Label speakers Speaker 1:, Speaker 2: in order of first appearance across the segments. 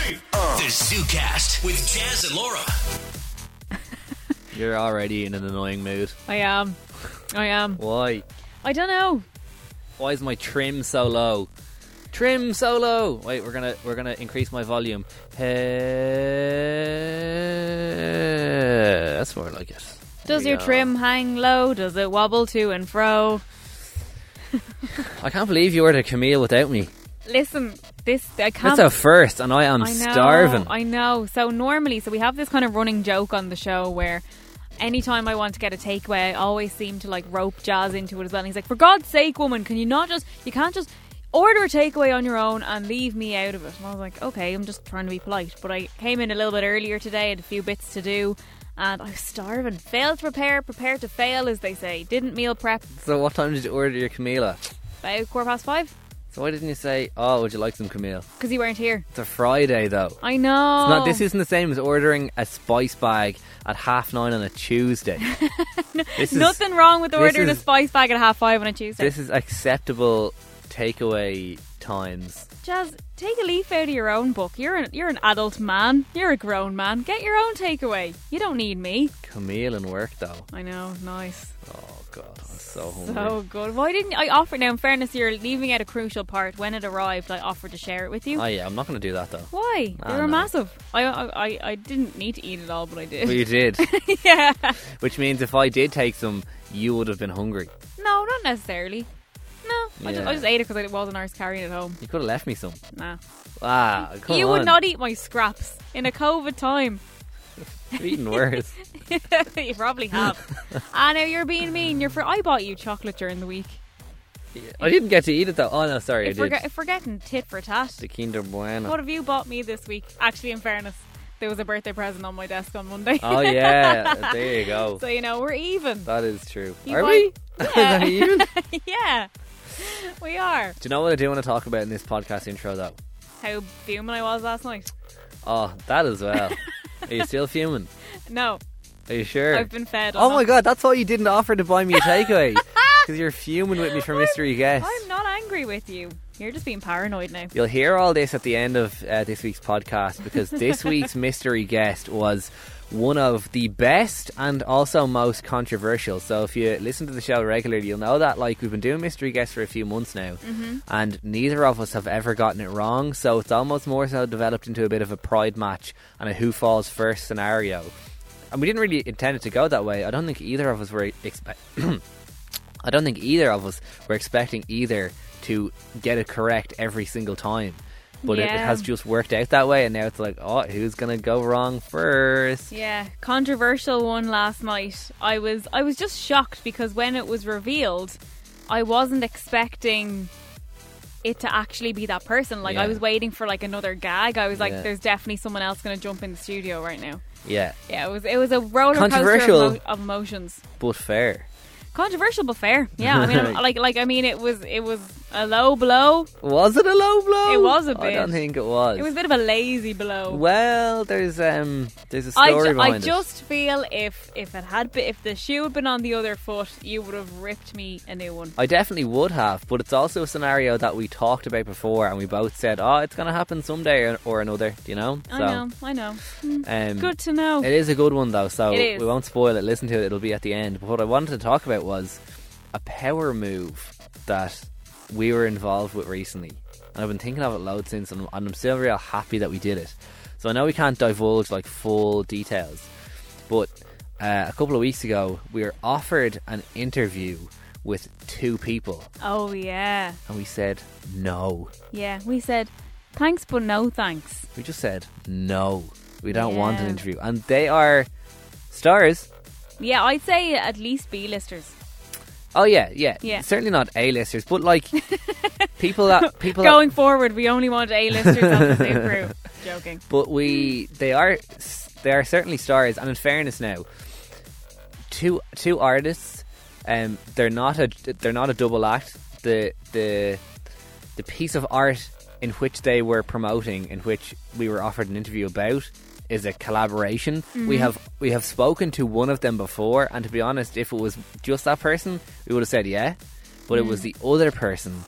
Speaker 1: is ZooCast with Jazz and Laura.
Speaker 2: You're already in an annoying mood.
Speaker 3: I am. I am.
Speaker 2: Why?
Speaker 3: I don't know.
Speaker 2: Why is my trim so low? Trim so low. Wait, we're gonna we're gonna increase my volume. Hey, that's more like it.
Speaker 3: Does
Speaker 2: There
Speaker 3: your
Speaker 2: we go.
Speaker 3: trim hang low? Does it wobble to and fro?
Speaker 2: I can't believe you ordered a Camille without me.
Speaker 3: Listen, this I can't.
Speaker 2: That's a first, and I am
Speaker 3: I know,
Speaker 2: starving.
Speaker 3: I know. So normally, so we have this kind of running joke on the show where. Anytime I want to get a takeaway, I always seem to like rope Jazz into it as well. And he's like, "For God's sake, woman, can you not just? You can't just order a takeaway on your own and leave me out of it." And I was like, "Okay, I'm just trying to be polite." But I came in a little bit earlier today, had a few bits to do, and I was starving. Failed to prepare, prepared to fail, as they say. Didn't meal prep.
Speaker 2: so, what time did you order your Camille? at?
Speaker 3: About quarter past five
Speaker 2: So, why didn't you say, "Oh, would you like some Camille?"
Speaker 3: because you weren't here.
Speaker 2: It's a Friday, though.
Speaker 3: I know.
Speaker 2: It's not, this isn't the same as ordering a spice bag at half nine on a Tuesday. this is,
Speaker 3: nothing wrong with ordering
Speaker 2: is-
Speaker 3: a spice bag at half five on a Tuesday.
Speaker 2: This is acceptable takeaway times.
Speaker 3: Jazz, take a leaf out of your own book. You're an, you're an adult man. You're a grown man. Get your own takeaway. You don't need me.
Speaker 2: Camille and work though.
Speaker 3: I know, nice.
Speaker 2: Oh god, I'm so hungry.
Speaker 3: So good. Why didn't I offer? Now, in fairness, you're leaving out a crucial part. When it arrived, I offered to share it with you.
Speaker 2: oh yeah, I'm not going to do that though.
Speaker 3: Why?
Speaker 2: I
Speaker 3: They were
Speaker 2: know.
Speaker 3: massive. I, I I- I didn't need to eat it all, but I did.
Speaker 2: But you did,
Speaker 3: yeah.
Speaker 2: which means if I did take some, you would have been hungry.
Speaker 3: No, not necessarily. No, I, just,
Speaker 2: Yeah.
Speaker 3: I just ate it because I wasn't ours carrying it home.
Speaker 2: You could have left me some.
Speaker 3: Nah.
Speaker 2: Ah, come
Speaker 3: you
Speaker 2: on.
Speaker 3: would not eat my scraps in a COVID time.
Speaker 2: You're eating worse.
Speaker 3: you probably have. I know you're being mean. You're for I bought you chocolate during the week.
Speaker 2: I didn't get to eat it though. Oh no, sorry,
Speaker 3: If
Speaker 2: I
Speaker 3: we're,
Speaker 2: did.
Speaker 3: ge- if we're getting tit for tat,
Speaker 2: the Kinder Bueno.
Speaker 3: what have you bought me this week? Actually, in fairness, there was a birthday present on my desk on Monday.
Speaker 2: oh yeah, there you go.
Speaker 3: so you know we're even.
Speaker 2: That is true.
Speaker 3: You
Speaker 2: Are
Speaker 3: buy-
Speaker 2: we?
Speaker 3: Yeah.
Speaker 2: Are we even? Do
Speaker 3: yeah, we are.
Speaker 2: you know what I do want to talk about in this podcast intro though?
Speaker 3: How fuming I was last night.
Speaker 2: Oh, that as well. Are you still fuming?
Speaker 3: No,
Speaker 2: Are you sure?
Speaker 3: I've been fed.
Speaker 2: Oh
Speaker 3: I'm
Speaker 2: my
Speaker 3: not-
Speaker 2: god, that's why you didn't offer to buy me a takeaway. Because you're fuming with me for mystery guest.
Speaker 3: I'm not angry with you. You're just being paranoid now.
Speaker 2: You'll hear all this at the end of uh, this week's podcast because this week's mystery guest was one of the best and also most controversial. So if you listen to the show regularly, you'll know that. Like we've been doing mystery guests for a few months now,
Speaker 3: Mm-hmm.
Speaker 2: and neither of us have ever gotten it wrong. So it's almost more so developed into a bit of a pride match and a who falls first scenario. And we didn't really intend it to go that way. I don't think either of us were expect. I don't think either of us were expecting either to get it correct every single time. But it, it
Speaker 3: Yeah.
Speaker 2: has just worked out that way, and now it's like, oh, who's gonna go wrong first?
Speaker 3: Yeah, controversial one last night. I was I was just shocked because when it was revealed, I wasn't expecting it to actually be that person. Like
Speaker 2: Yeah.
Speaker 3: I was waiting for like another gag. I was like,
Speaker 2: Yeah.
Speaker 3: "There's definitely someone else going to jump in the studio right now."
Speaker 2: Yeah,
Speaker 3: Yeah, it was it was a roller
Speaker 2: Controversial.
Speaker 3: coaster of, emo- of emotions.
Speaker 2: but fair.
Speaker 3: Controversial but fair. Yeah, I mean, I'm- like like I mean, it was it was a low blow.
Speaker 2: Was it a low blow?
Speaker 3: It was a
Speaker 2: I
Speaker 3: bit.
Speaker 2: don't think it was.
Speaker 3: It was a bit of a lazy blow.
Speaker 2: Well, there's um, there's a
Speaker 3: I,
Speaker 2: story
Speaker 3: ju-
Speaker 2: behind
Speaker 3: I
Speaker 2: it.
Speaker 3: just feel if if it had been, if the shoe had been on the other foot, you would have ripped me a new one.
Speaker 2: I definitely would have, but it's also a scenario that we talked about before, and we both said, "Oh, it's gonna happen someday or, or another," you know.
Speaker 3: I know, I know. Mm,
Speaker 2: Um,
Speaker 3: Good to know.
Speaker 2: It is a good one though, so
Speaker 3: It is.
Speaker 2: we won't spoil it. Listen to it; it'll be at the end. But what I wanted to talk about was a power move that we were involved with recently, and I've been thinking of it loads since, and and I'm still real happy that we did it. So I know we can't divulge like full details, but uh, a couple of weeks ago we were offered an interview with two people,
Speaker 3: Oh yeah,
Speaker 2: and we said no.
Speaker 3: yeah. We said thanks, but no thanks.
Speaker 2: We just said no. We don't want an
Speaker 3: Yeah.
Speaker 2: interview, and they are stars.
Speaker 3: Yeah, I'd say at least B listers.
Speaker 2: Oh yeah, yeah,
Speaker 3: Yeah.
Speaker 2: Certainly not A-listers, but like people that people that-
Speaker 3: Going forward, we only want A listers on the Zoo crew. Joking.
Speaker 2: but we they are s- they are certainly stars. And in fairness, now two two artists, um, they're not a they're not a double act. The the the piece of art in which they were promoting, in which we were offered an interview about, is a collaboration. We have we have spoken to one of them before, and to be honest, if it was just that person, we would have said yeah. But it was the other person,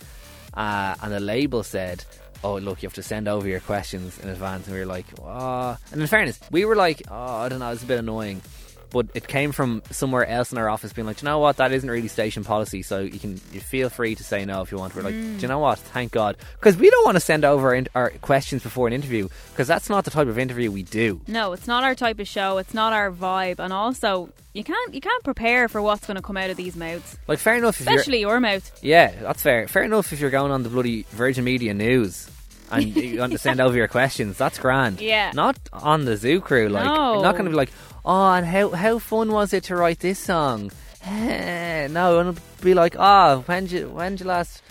Speaker 2: uh, and the label said, oh look, you have to send over your questions in advance, and we were like, ah. And in fairness, we were like, oh, I don't know, it's a bit annoying. But it came from somewhere else in our office, being like, "Do you know what? That isn't really station policy, so you can you feel free to say no if you want." We're like, "Do you know what? Thank God, because we don't want to send over in- our questions before an interview, because that's not the type of interview we do."
Speaker 3: No, it's not our type of show. It's not our vibe. And also, you can't you can't prepare for what's going to come out of these mouths,
Speaker 2: Like, fair enough, if you're-
Speaker 3: especially your mouth.
Speaker 2: Yeah, that's fair. Fair enough if you're going on the bloody Virgin Media News and you want to send over your questions. That's grand.
Speaker 3: Yeah.
Speaker 2: Not on the zoo crew. Like,
Speaker 3: No.
Speaker 2: you're not going to be like, oh, and how how fun was it to write this song? no, and be like, oh, when did you, when did you last?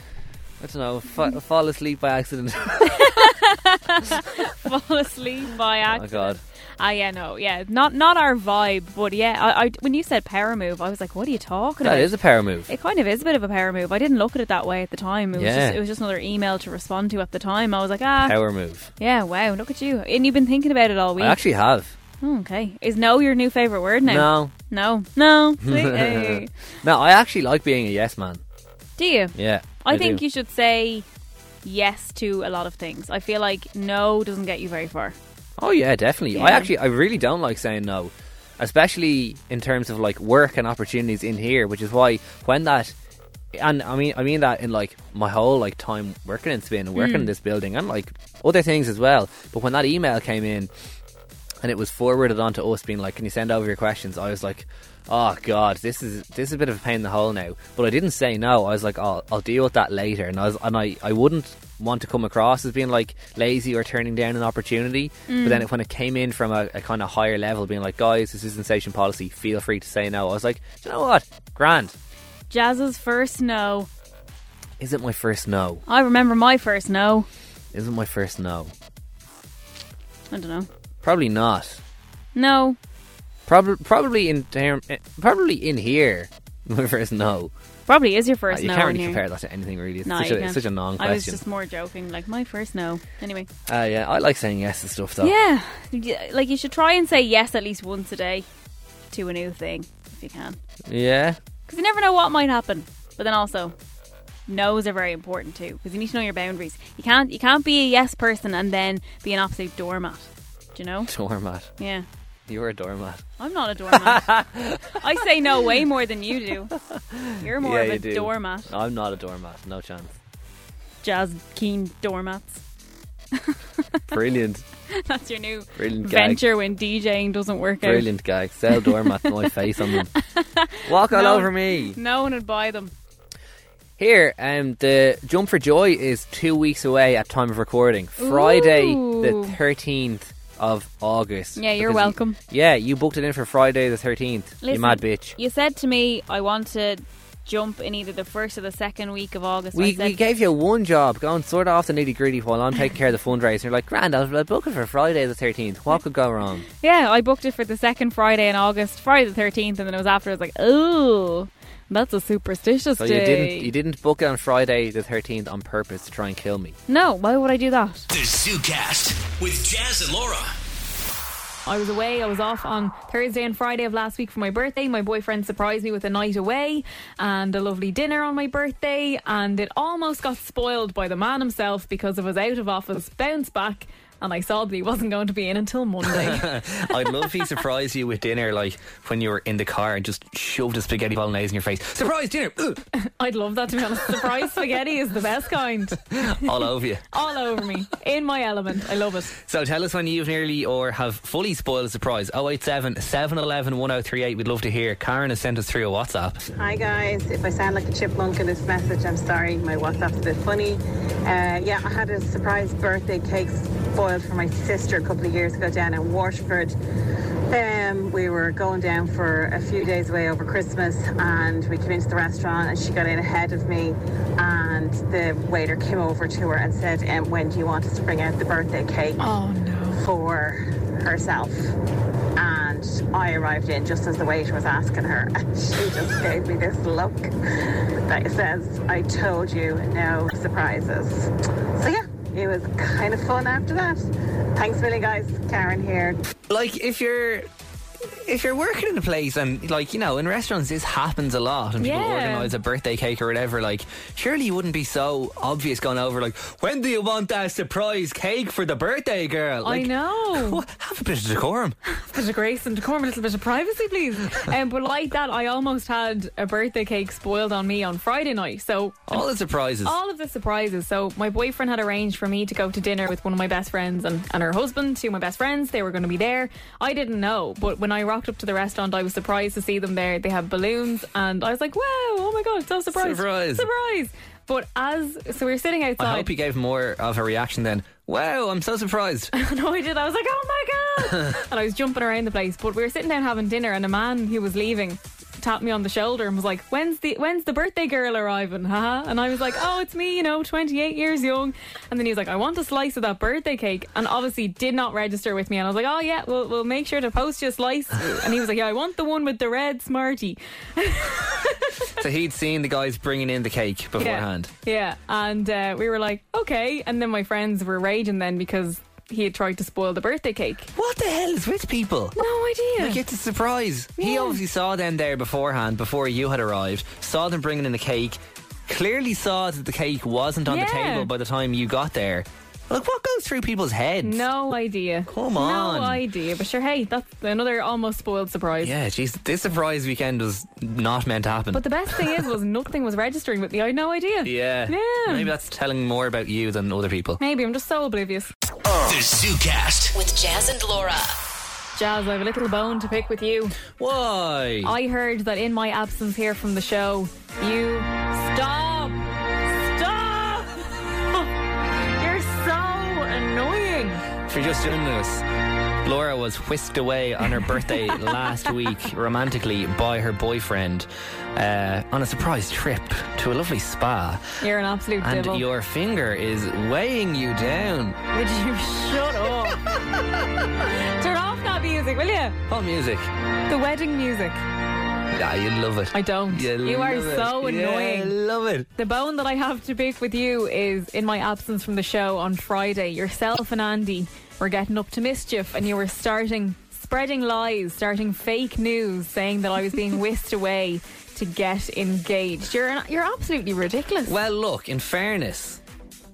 Speaker 2: I don't know. Fa- fall asleep by accident.
Speaker 3: Fall asleep by
Speaker 2: oh
Speaker 3: accident.
Speaker 2: God.
Speaker 3: Ah, yeah, no, yeah, not not our vibe. But yeah, I, I when you said power move, I was like, what are you talking
Speaker 2: That
Speaker 3: about?
Speaker 2: is a power move.
Speaker 3: It kind of is a bit of a power move. I didn't look at it that way at the time. It was
Speaker 2: Yeah.
Speaker 3: just it was just another email to respond to at the time. I was like, ah,
Speaker 2: Power move.
Speaker 3: yeah, wow, look at you, and you've been thinking about it all week.
Speaker 2: I actually have.
Speaker 3: Oh, okay, is no your new favorite word now?
Speaker 2: No,
Speaker 3: No, no, no. See? Hey.
Speaker 2: no. I actually like being a yes man.
Speaker 3: Do you?
Speaker 2: Yeah.
Speaker 3: I, think
Speaker 2: do.
Speaker 3: you should say yes to a lot of things. I feel like no doesn't get you very far.
Speaker 2: Oh yeah, definitely. I
Speaker 3: Yeah.
Speaker 2: actually I really don't like saying no, especially in terms of like work and opportunities in here, which is why when that and I mean I mean that in like my whole like time working in Spain and working in this building and like other things as well. But when that email came in and it was forwarded on to us being like, Can you send over your questions? I was like, Oh god, this is this is a bit of a pain in the hole now. But I didn't say no. I was like, I'll I'll deal with that later and I was, and I, I wouldn't want to come across as being like lazy or turning down an opportunity. But then it, when it came in from a, a kind of higher level being like, Guys, this isn't station policy, feel free to say no. I was like, Do you know what? Grand.
Speaker 3: Jazz's first no.
Speaker 2: Is it my first no?
Speaker 3: I remember my first no.
Speaker 2: Isn't my first no?
Speaker 3: I don't know.
Speaker 2: Probably not.
Speaker 3: No,
Speaker 2: Probably probably in term, eh, probably in here. My first no.
Speaker 3: probably is your first
Speaker 2: Uh, you
Speaker 3: no.
Speaker 2: can't
Speaker 3: in
Speaker 2: really
Speaker 3: here.
Speaker 2: compare that to anything really. It's
Speaker 3: No,
Speaker 2: such,
Speaker 3: you
Speaker 2: a, it's
Speaker 3: can't.
Speaker 2: such a non
Speaker 3: I was
Speaker 2: question.
Speaker 3: just more joking. Like my first no. Anyway.
Speaker 2: Uh, yeah, I like saying yes to stuff though.
Speaker 3: Yeah. Yeah, Like you should try and say yes at least once a day to a new thing if you can,
Speaker 2: Yeah.
Speaker 3: because you never know what might happen. But then also, no's are very important too, because you need to know your boundaries. You can't you can't be a yes person and then be an absolute doormat. Do you know?
Speaker 2: Doormat.
Speaker 3: Yeah.
Speaker 2: You're a doormat.
Speaker 3: I'm not a doormat. I say no way more than you do. You're more
Speaker 2: yeah,
Speaker 3: of
Speaker 2: you
Speaker 3: a
Speaker 2: do.
Speaker 3: doormat.
Speaker 2: I'm not a doormat. No chance.
Speaker 3: Jazz keen doormats.
Speaker 2: Brilliant.
Speaker 3: That's your new
Speaker 2: Brilliant gag.
Speaker 3: venture when DJing doesn't work out.
Speaker 2: Brilliant gag. Sell doormat my face on them. Walk all
Speaker 3: No.
Speaker 2: over me.
Speaker 3: No one would buy them.
Speaker 2: Here, um, the Jump for Joy is two weeks away at time of recording. Friday,
Speaker 3: Ooh.
Speaker 2: the 13th of August.
Speaker 3: Yeah, you're
Speaker 2: Because-
Speaker 3: welcome.
Speaker 2: yeah, you booked it in for Friday the 13th. you
Speaker 3: Listen,
Speaker 2: mad bitch.
Speaker 3: You said to me, I want to jump in either the first or the second week of August. I
Speaker 2: We,
Speaker 3: said,
Speaker 2: we gave you one job. Go and sort off the nitty gritty while I'm taking care of the fundraiser. You're like, grand, I'll, I'll book it for Friday the 13th. What could go wrong?
Speaker 3: yeah, I booked it for the second Friday in August, Friday the 13th, and then it was after. I was like, oh, that's a superstitious
Speaker 2: So
Speaker 3: day.
Speaker 2: you didn't you didn't book it on Friday the 13th on purpose to try and kill me.
Speaker 3: no, why would I do that?
Speaker 1: The ZooCast with Jazz and Laura.
Speaker 3: I was away. I was off on Thursday and Friday of last week for my birthday. My boyfriend surprised me with a night away and a lovely dinner on my birthday, and it almost got spoiled by the man himself because I was out of office, bounced back, and I saw that he wasn't going to be in until Monday.
Speaker 2: I'd love if he surprised you with dinner, like when you were in the car and just shoved a spaghetti bolognese in your face. Surprise dinner!
Speaker 3: I'd love that to be honest. Surprise spaghetti is the best kind.
Speaker 2: all over you.
Speaker 3: All over me, in my element. I love it.
Speaker 2: So tell us when you've nearly or have fully spoiled a surprise. 087 711 1038. We'd love to hear. Karen has sent us through a WhatsApp.
Speaker 4: Hi guys, if I sound like a chipmunk in this message, I'm sorry. My WhatsApp's a bit funny. Uh, yeah, I had a surprise birthday cake spoiled for my sister a couple of years ago down in Waterford. Um, we were going down for a few days away over Christmas, and we came into the restaurant, and she got in ahead of me, and the waiter came over to her and said, um, "When do you want us to bring out the birthday cake?"
Speaker 3: Oh no.
Speaker 4: for herself. And I arrived in just as the waiter was asking her, and she just gave me this look that says, I told you, no surprises. So, yeah, it was kind of fun after that. Thanks, a million guys. Karen here.
Speaker 2: Like, if you're if you're working in a place and like you know in restaurants this happens a lot and people
Speaker 3: Yeah.
Speaker 2: organise a birthday cake or whatever like surely you wouldn't be so obvious going over like when do you want that surprise cake for the birthday girl like,
Speaker 3: I know.
Speaker 2: what, have a bit of decorum
Speaker 3: bit of grace and decorum, a little bit of privacy, please. Um, but like that, I almost had a birthday cake spoiled on me on Friday night. So
Speaker 2: all the surprises
Speaker 3: all of the surprises. So my boyfriend had arranged for me to go to dinner with one of my best friends and, and her husband, two of my best friends. They were going to be there. I didn't know, but when I rocked up to the restaurant, I was surprised to see them there. They had balloons, and I was like, "Wow! Oh my god! So surprised!
Speaker 2: Surprise.
Speaker 3: Surprise!" But as so we were sitting outside.
Speaker 2: I hope you gave more of a reaction then wow I'm so surprised
Speaker 3: No, I did. I was like, oh my God. and I was jumping around the place. But we were sitting down having dinner, and a man who was leaving tapped me on the shoulder and was like, when's the when's the birthday girl arriving? Huh? And I was like, oh, it's me, you know, 28 years young. And then he was like, I want a slice of that birthday cake. And obviously did not register with me. And I was like, oh, yeah, we'll, we'll make sure to post you a slice. and he was like, yeah, I want the one with the red Smartie.
Speaker 2: so he'd seen the guys bringing in the cake beforehand
Speaker 3: Yeah, and uh, we were like, okay. And then my friends were raging then because he had tried to spoil the birthday cake.
Speaker 2: what the hell is with people
Speaker 3: No idea.
Speaker 2: Like it's a surprise. He
Speaker 3: Yeah.
Speaker 2: obviously saw them there beforehand, before you had arrived. Saw them bringing in the cake. Clearly saw that the cake wasn't on the
Speaker 3: Yeah.
Speaker 2: table by the time you got there. Like what goes through people's heads?
Speaker 3: No idea.
Speaker 2: Come on.
Speaker 3: No idea. But sure, hey, that's another almost spoiled surprise.
Speaker 2: Yeah, jeez, this surprise weekend was not meant to happen.
Speaker 3: But the best thing is, was nothing was registering with me. I had no idea.
Speaker 2: yeah.
Speaker 3: Yeah.
Speaker 2: Maybe that's telling more about you than other people.
Speaker 3: Maybe I'm just so oblivious.
Speaker 1: The ZooCast.
Speaker 5: With Jazz and Laura.
Speaker 3: Jazz, I have a little bone to pick with you.
Speaker 2: Why?
Speaker 3: I heard that in my absence here from the show, you stop, stop. You're so annoying.
Speaker 2: For just doing this. Laura was whisked away on her birthday last week, romantically, by her boyfriend uh, on a surprise trip to a lovely spa.
Speaker 3: You're an absolute
Speaker 2: And
Speaker 3: devil.
Speaker 2: your finger is weighing you down.
Speaker 3: Would you shut up? Turn off that music, will you?
Speaker 2: What music?
Speaker 3: The wedding music.
Speaker 2: Ah, you love it.
Speaker 3: I don't.
Speaker 2: You,
Speaker 3: You are
Speaker 2: love it.
Speaker 3: so
Speaker 2: Yeah, I
Speaker 3: annoying.
Speaker 2: love it.
Speaker 3: The bone that I have to pick with you is in my absence from the show on Friday, yourself and Andy were getting up to mischief and you were starting spreading lies, starting fake news, saying that I was being whisked away to get engaged. You're an, you're absolutely ridiculous.
Speaker 2: Well, look, in fairness,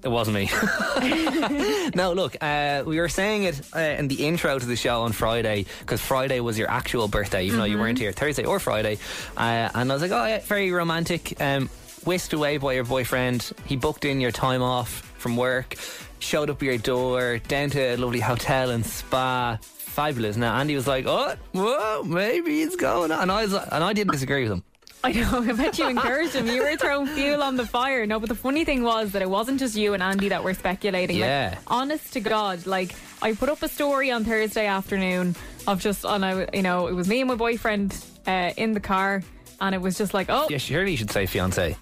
Speaker 2: it wasn't me. no, look, uh, we were saying it uh, in the intro to the show on Friday because Friday was your actual birthday, even though you
Speaker 3: Mm-hmm.
Speaker 2: weren't here Thursday or Friday. Uh, and I was like, oh, yeah, very romantic. Um, whisked away by your boyfriend. He booked in your time off from work, showed up at your door, down to a lovely hotel and spa. Fabulous. Now, Andy was like, oh, whoa, maybe it's going on. And I, was, like- and I didn't disagree with him.
Speaker 3: I know, I bet you encouraged him. You were throwing fuel on the fire. No, but the funny thing was that it wasn't just you and Andy that were speculating. Like,
Speaker 2: Yeah.
Speaker 3: honest to God, like I put up a story on Thursday afternoon of just on a you know, it was me and my boyfriend uh, in the car and it was just like, Oh,
Speaker 2: Yeah, surely you should say fiance.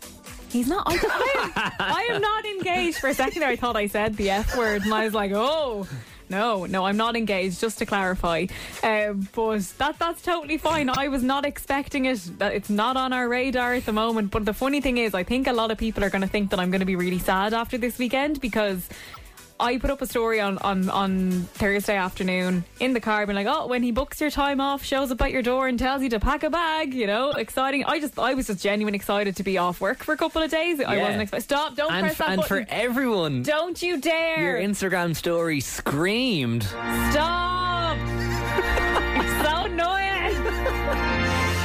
Speaker 3: he's not I, I, am, I am not engaged. For a second there I thought I said the F word and I was like, Oh, no, no, I'm not engaged. Just to clarify, um, but that that's totally fine. I was not expecting it. That it's not on our radar at the moment. But the funny thing is, I think a lot of people are going to think that I'm going to be really sad after this weekend because I put up a story on, on, on Thursday afternoon in the car, being like, oh, when he books your time off, shows up at your door and tells you to pack a bag, you know, exciting. I just, I was just genuine excited to be off work for a couple of days. I
Speaker 2: Yeah.
Speaker 3: wasn't expecting. Stop! Don't
Speaker 2: And,
Speaker 3: press
Speaker 2: f-
Speaker 3: that
Speaker 2: and
Speaker 3: button.
Speaker 2: for everyone,
Speaker 3: don't you dare!
Speaker 2: Your Instagram story screamed.
Speaker 3: Stop! You're so annoying.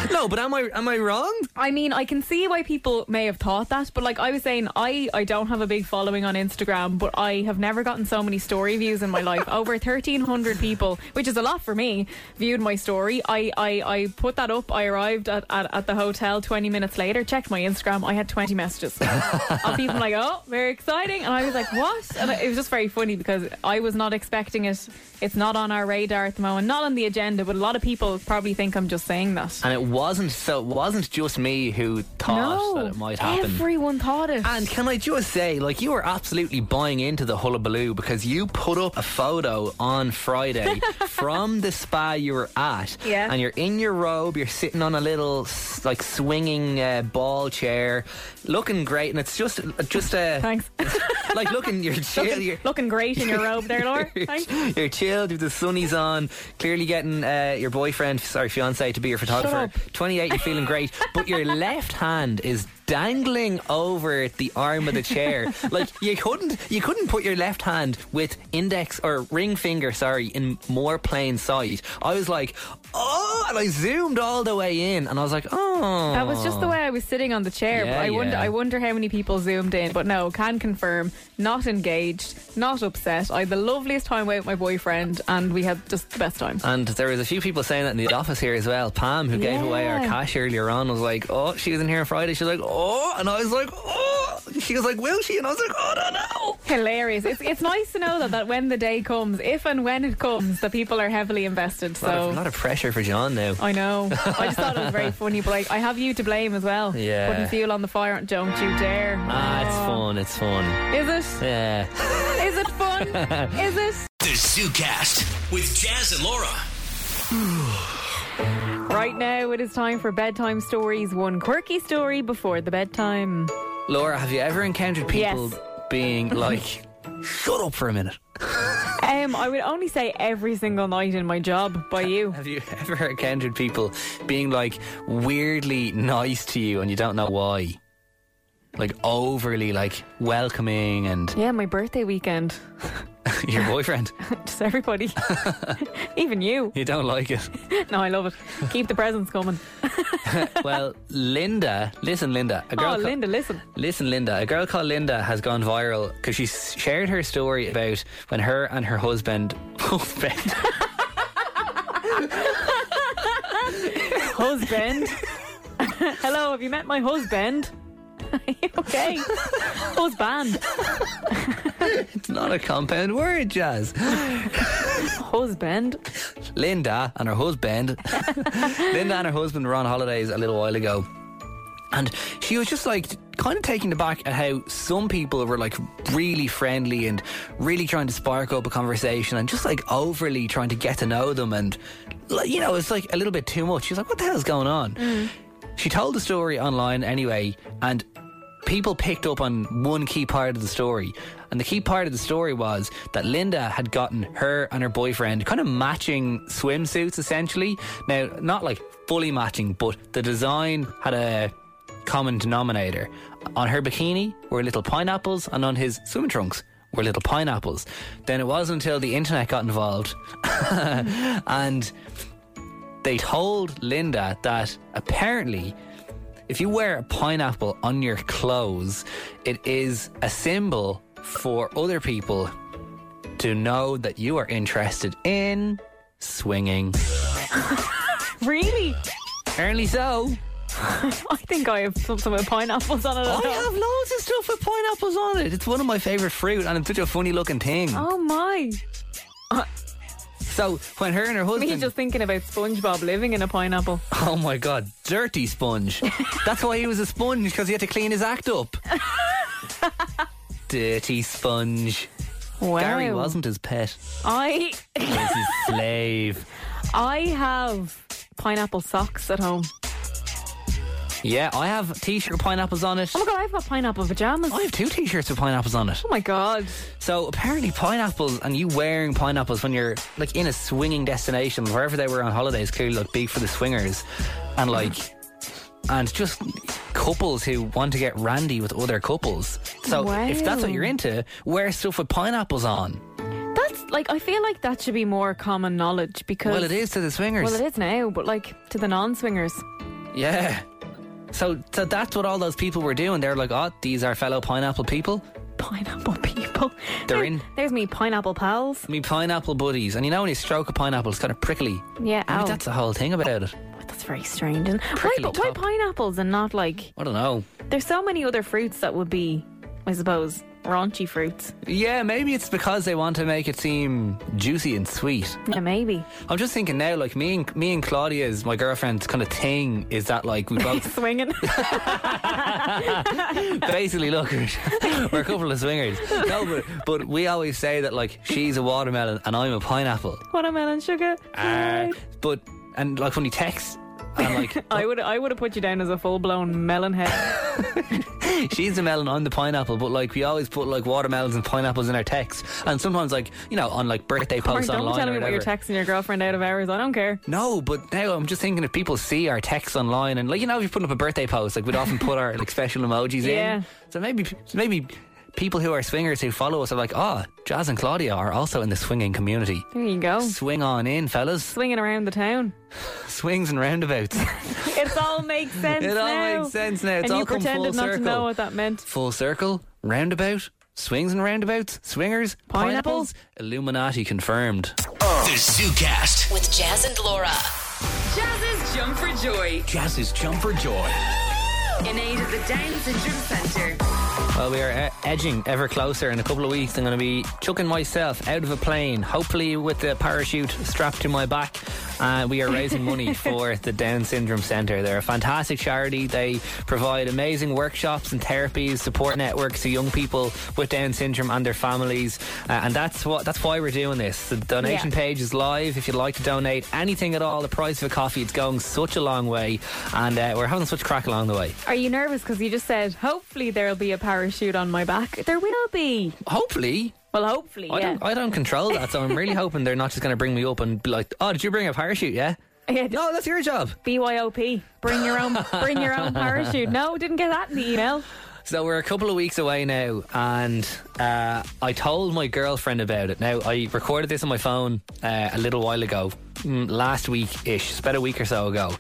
Speaker 2: No, but am I am I wrong?
Speaker 3: I mean, I can see why people may have thought that, but like I was saying, I, I don't have a big following on Instagram, but I have never gotten so many story views in my life. Over 1,300 people, which is a lot for me, viewed my story. I, I, I put that up. I arrived at, at, at the hotel 20 minutes later, checked my Instagram. I had 20 messages of people like, oh, very exciting. And I was like, what? And it was just very funny because I was not expecting it. It's not on our radar at the moment, not on the agenda, but a lot of people probably think I'm just saying that.
Speaker 2: And it wasn't so it wasn't just me who thought that it might happen.
Speaker 3: Everyone thought it.
Speaker 2: And can I just say, like, you were absolutely buying into the hullabaloo because you put up a photo on Friday from the spa you were at.
Speaker 3: Yeah.
Speaker 2: And you're in your robe, you're sitting on a little, s- like, swinging uh, ball chair, looking great. And it's just, just uh,
Speaker 3: Thanks.
Speaker 2: like, looking, you're chill. You're,
Speaker 3: Looking great in your robe there, Laura. Thanks.
Speaker 2: you're chilled, the sunny's on, clearly getting uh, your boyfriend, sorry, fiance to be your photographer. 28, you're feeling great, but your left hand is dangling over the arm of the chair. like you couldn't you couldn't put your left hand with index or ring finger, sorry, in more plain sight. I was like, oh and I zoomed all the way in and I was like, oh
Speaker 3: That was just the way I was sitting on the chair.
Speaker 2: Yeah,
Speaker 3: but I wonder,
Speaker 2: yeah.
Speaker 3: I wonder how many people zoomed in. But no, can confirm, not engaged, not upset. I had the loveliest time away with my boyfriend, and we had just the best time.
Speaker 2: And there was a few people saying that in the office here as well. Pam, who gave away our
Speaker 3: Yeah.
Speaker 2: cash earlier on, was like, "Oh, she was in here on Friday." She was like, "Oh," and I was like, "Oh." She was like, "Will she?" And I was like, "Oh, I don't know."
Speaker 3: Hilarious. It's, it's nice to know that, that when the day comes, if and when it comes, the people are heavily invested.
Speaker 2: A lot, of,
Speaker 3: So
Speaker 2: lot of pressure for John now.
Speaker 3: I know. I just thought it was very funny, but like, I have you to blame as well.
Speaker 2: Yeah.
Speaker 3: Putting fuel on the fire. Don't you dare.
Speaker 2: Ah, it's fun. It's fun.
Speaker 3: Is it?
Speaker 2: Yeah.
Speaker 3: Is it fun? Is it?
Speaker 1: The ZooCast with Jazz and Laura.
Speaker 3: Right now, it is time for bedtime stories. One quirky story before the bedtime.
Speaker 2: Laura, have you ever encountered people
Speaker 3: Yes.
Speaker 2: being like, "Shut up for a minute"?
Speaker 3: Um, I would only say every single night in my job by you.
Speaker 2: Have you ever encountered people being like weirdly nice to you and you don't know why? Like overly like welcoming and
Speaker 3: Yeah, my birthday weekend.
Speaker 2: your boyfriend.
Speaker 3: Just everybody, even you.
Speaker 2: You don't like it.
Speaker 3: No, I love it. Keep the presents coming.
Speaker 2: well, Linda, listen, Linda. A girl
Speaker 3: Oh,
Speaker 2: ca-
Speaker 3: Linda, listen.
Speaker 2: Listen, Linda. A girl called Linda has gone viral because she s- shared her story about when her and her husband. oh, Husband.
Speaker 3: Husband. Hello, have you met my husband? okay. Husband.
Speaker 2: it's not a compound word, Jazz.
Speaker 3: Husband.
Speaker 2: Linda and her husband. Linda and her husband were on holidays a little while ago. And she was just like kind of taken aback at how some people were like really friendly and really trying to spark up a conversation and just like overly trying to get to know them. And, like, you know, it's like a little bit too much. She's like, what the hell's going on? She told the story online anyway, and people picked up on one key part of the story. And the key part of the story was that Linda had gotten her and her boyfriend kind of matching swimsuits essentially. Now, not like fully matching, but the design had a common denominator. On her bikini were little pineapples, and on his swim trunks were little pineapples. Then it wasn't until the internet got involved and they told Linda that apparently if you wear a pineapple on your clothes, it is a symbol for other people to know that you are interested in swinging.
Speaker 3: Really?
Speaker 2: Apparently so.
Speaker 3: I think I have some, some pineapples on it.
Speaker 2: I
Speaker 3: at
Speaker 2: have
Speaker 3: home.
Speaker 2: loads of stuff with pineapples on it. It's one of my favourite fruit and it's such a funny looking thing.
Speaker 3: Oh my.
Speaker 2: So when her and her
Speaker 3: Me
Speaker 2: husband
Speaker 3: just thinking about SpongeBob living in a pineapple.
Speaker 2: Oh my god, dirty sponge. That's why he was a sponge, because he had to clean his act up. dirty sponge.
Speaker 3: Wow.
Speaker 2: Gary wasn't his pet.
Speaker 3: I
Speaker 2: He was his slave.
Speaker 3: I have pineapple socks at home.
Speaker 2: Yeah, I have t-shirt with pineapples on it.
Speaker 3: Oh my god, I've got pineapple pajamas.
Speaker 2: I have two t-shirts with pineapples on it.
Speaker 3: Oh my god.
Speaker 2: So apparently pineapples and you wearing pineapples when you're like in a swinging destination, wherever they were on holidays, clearly like big for the swingers. And like and just couples who want to get randy with other couples. So if that's what
Speaker 3: Wow.
Speaker 2: you're into, wear stuff with pineapples on.
Speaker 3: That's like I feel like that should be more common knowledge because
Speaker 2: Well it is to the swingers.
Speaker 3: Well, it is now, but like to the non-swingers.
Speaker 2: Yeah. So so that's what all those people were doing. They're like, oh, these are fellow pineapple people.
Speaker 3: Pineapple people.
Speaker 2: They're
Speaker 3: There-
Speaker 2: in.
Speaker 3: There's me pineapple pals.
Speaker 2: Me pineapple buddies. And you know when you stroke a pineapple it's kind of prickly.
Speaker 3: Yeah,
Speaker 2: Maybe
Speaker 3: ow.
Speaker 2: that's the whole thing about it.
Speaker 3: That's very strange. Isn't it? Why,
Speaker 2: Prickly
Speaker 3: but why
Speaker 2: top.
Speaker 3: pineapples and not like
Speaker 2: I don't know.
Speaker 3: there's so many other fruits that would be I suppose raunchy fruits.
Speaker 2: Yeah, maybe it's because they want to make it seem juicy and sweet.
Speaker 3: Yeah, maybe.
Speaker 2: I'm just thinking now, like me and me and Claudia's my girlfriend's kind of thing is that like we both
Speaker 3: Swinging.
Speaker 2: basically look we're a couple of swingers. No, but but we always say that like she's a watermelon and I'm a pineapple.
Speaker 3: Watermelon sugar.
Speaker 2: Uh,
Speaker 3: Right. Oh,
Speaker 2: but and like when he texts, I'm like
Speaker 3: I would I would have put you down as a full blown melon head.
Speaker 2: she's the melon, I'm the pineapple. But like we always put like watermelons and pineapples in our texts, and sometimes like you know on like birthday
Speaker 3: Mark,
Speaker 2: posts
Speaker 3: don't
Speaker 2: online
Speaker 3: tell
Speaker 2: or
Speaker 3: me
Speaker 2: whatever.
Speaker 3: what you're texting your girlfriend out of hours. I don't care.
Speaker 2: No, but now I'm just thinking if people see our texts online and like you know if you're putting up a birthday post, like we'd often put our like special emojis
Speaker 3: Yeah.
Speaker 2: in. So maybe so maybe people who are swingers who follow us are like, oh, Jazz and Claudia are also in the swinging community.
Speaker 3: There you go.
Speaker 2: Swing on in, fellas.
Speaker 3: Swinging around the town.
Speaker 2: Swings and roundabouts.
Speaker 3: It all makes sense.
Speaker 2: It all
Speaker 3: now.
Speaker 2: makes sense now. It's
Speaker 3: and
Speaker 2: all
Speaker 3: you
Speaker 2: come full
Speaker 3: pretended not to
Speaker 2: circle.
Speaker 3: know what that meant.
Speaker 2: Full circle, roundabout, swings and roundabouts, swingers, pineapples,
Speaker 3: Pineapples.
Speaker 2: Illuminati confirmed.
Speaker 1: The ZooCast.
Speaker 5: With Jazz and Laura.
Speaker 6: Jazz's Jump for Joy
Speaker 1: Jazz's jump for joy.
Speaker 6: in aid of the Down Syndrome Centre.
Speaker 2: Well, we are e- edging ever closer. In a couple of weeks, I'm going to be chucking myself out of a plane, hopefully with the parachute strapped to my back. Uh, we are raising money for the Down Syndrome Centre. They're a fantastic charity. They provide amazing workshops and therapies, support networks to young people with Down syndrome and their families. Uh, and that's what that's why we're doing this. The donation page is live. If you'd like to donate anything at all, the price of a coffee, it's going such a long way, and uh, we're having such crack along the way.
Speaker 3: Are you nervous? Because you just said, hopefully there'll be a parachute on my back. There will be.
Speaker 2: Hopefully,
Speaker 3: Well, hopefully,
Speaker 2: I
Speaker 3: yeah.
Speaker 2: don't I don't control that, so I'm really hoping they're not just going to bring me up and be like, "Oh, did you bring a parachute?" Yeah.
Speaker 3: Yeah,
Speaker 2: No, that's your job.
Speaker 3: BYOP. Bring your own. bring your own parachute. No, didn't get that in the email.
Speaker 2: So we're a couple of weeks away now, and uh, I told my girlfriend about it. Now I recorded this on my phone uh, a little while ago, mm, last week ish, it's about a week or so ago,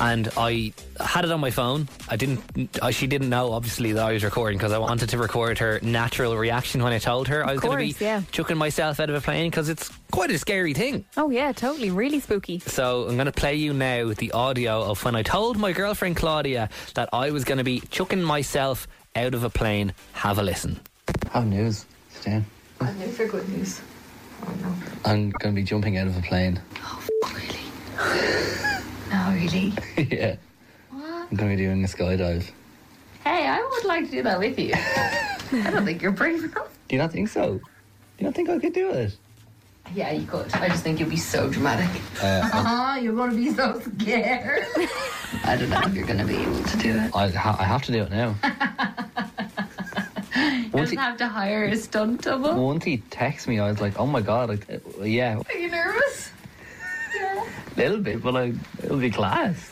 Speaker 2: and I had it on my phone. I didn't. I, she didn't know obviously that I was recording because I wanted to record her natural reaction when I told her I was going to
Speaker 3: course,
Speaker 2: be
Speaker 3: yeah.
Speaker 2: chucking myself out of a plane because it's quite a scary thing.
Speaker 3: Oh yeah, totally. Really spooky.
Speaker 2: So I'm going to play you now the audio of when I told my girlfriend Claudia that I was going to be chucking myself out of a plane. Have a listen.
Speaker 7: Have news, Stan.
Speaker 8: I'm in for good news. Oh no.
Speaker 7: I'm gonna be jumping out of a plane.
Speaker 8: Oh, Really? no, really?
Speaker 7: yeah. I'm gonna be doing a skydive.
Speaker 8: Hey, I would like to do that with you. I don't think you're brave enough.
Speaker 7: Do you not think so? Do you not think I could do it?
Speaker 8: Yeah, you could. I just think you'd be so dramatic. Uh, you're gonna be so scared. I don't know if you're gonna be able to do it.
Speaker 7: I, ha- I have to do it now.
Speaker 8: You'll
Speaker 7: once, he,
Speaker 8: have to hire a stunt double.
Speaker 7: once he texts me, I was like, oh my god, like, uh, yeah,
Speaker 8: Are you nervous? Yeah.
Speaker 7: a little bit, but like, it'll be class.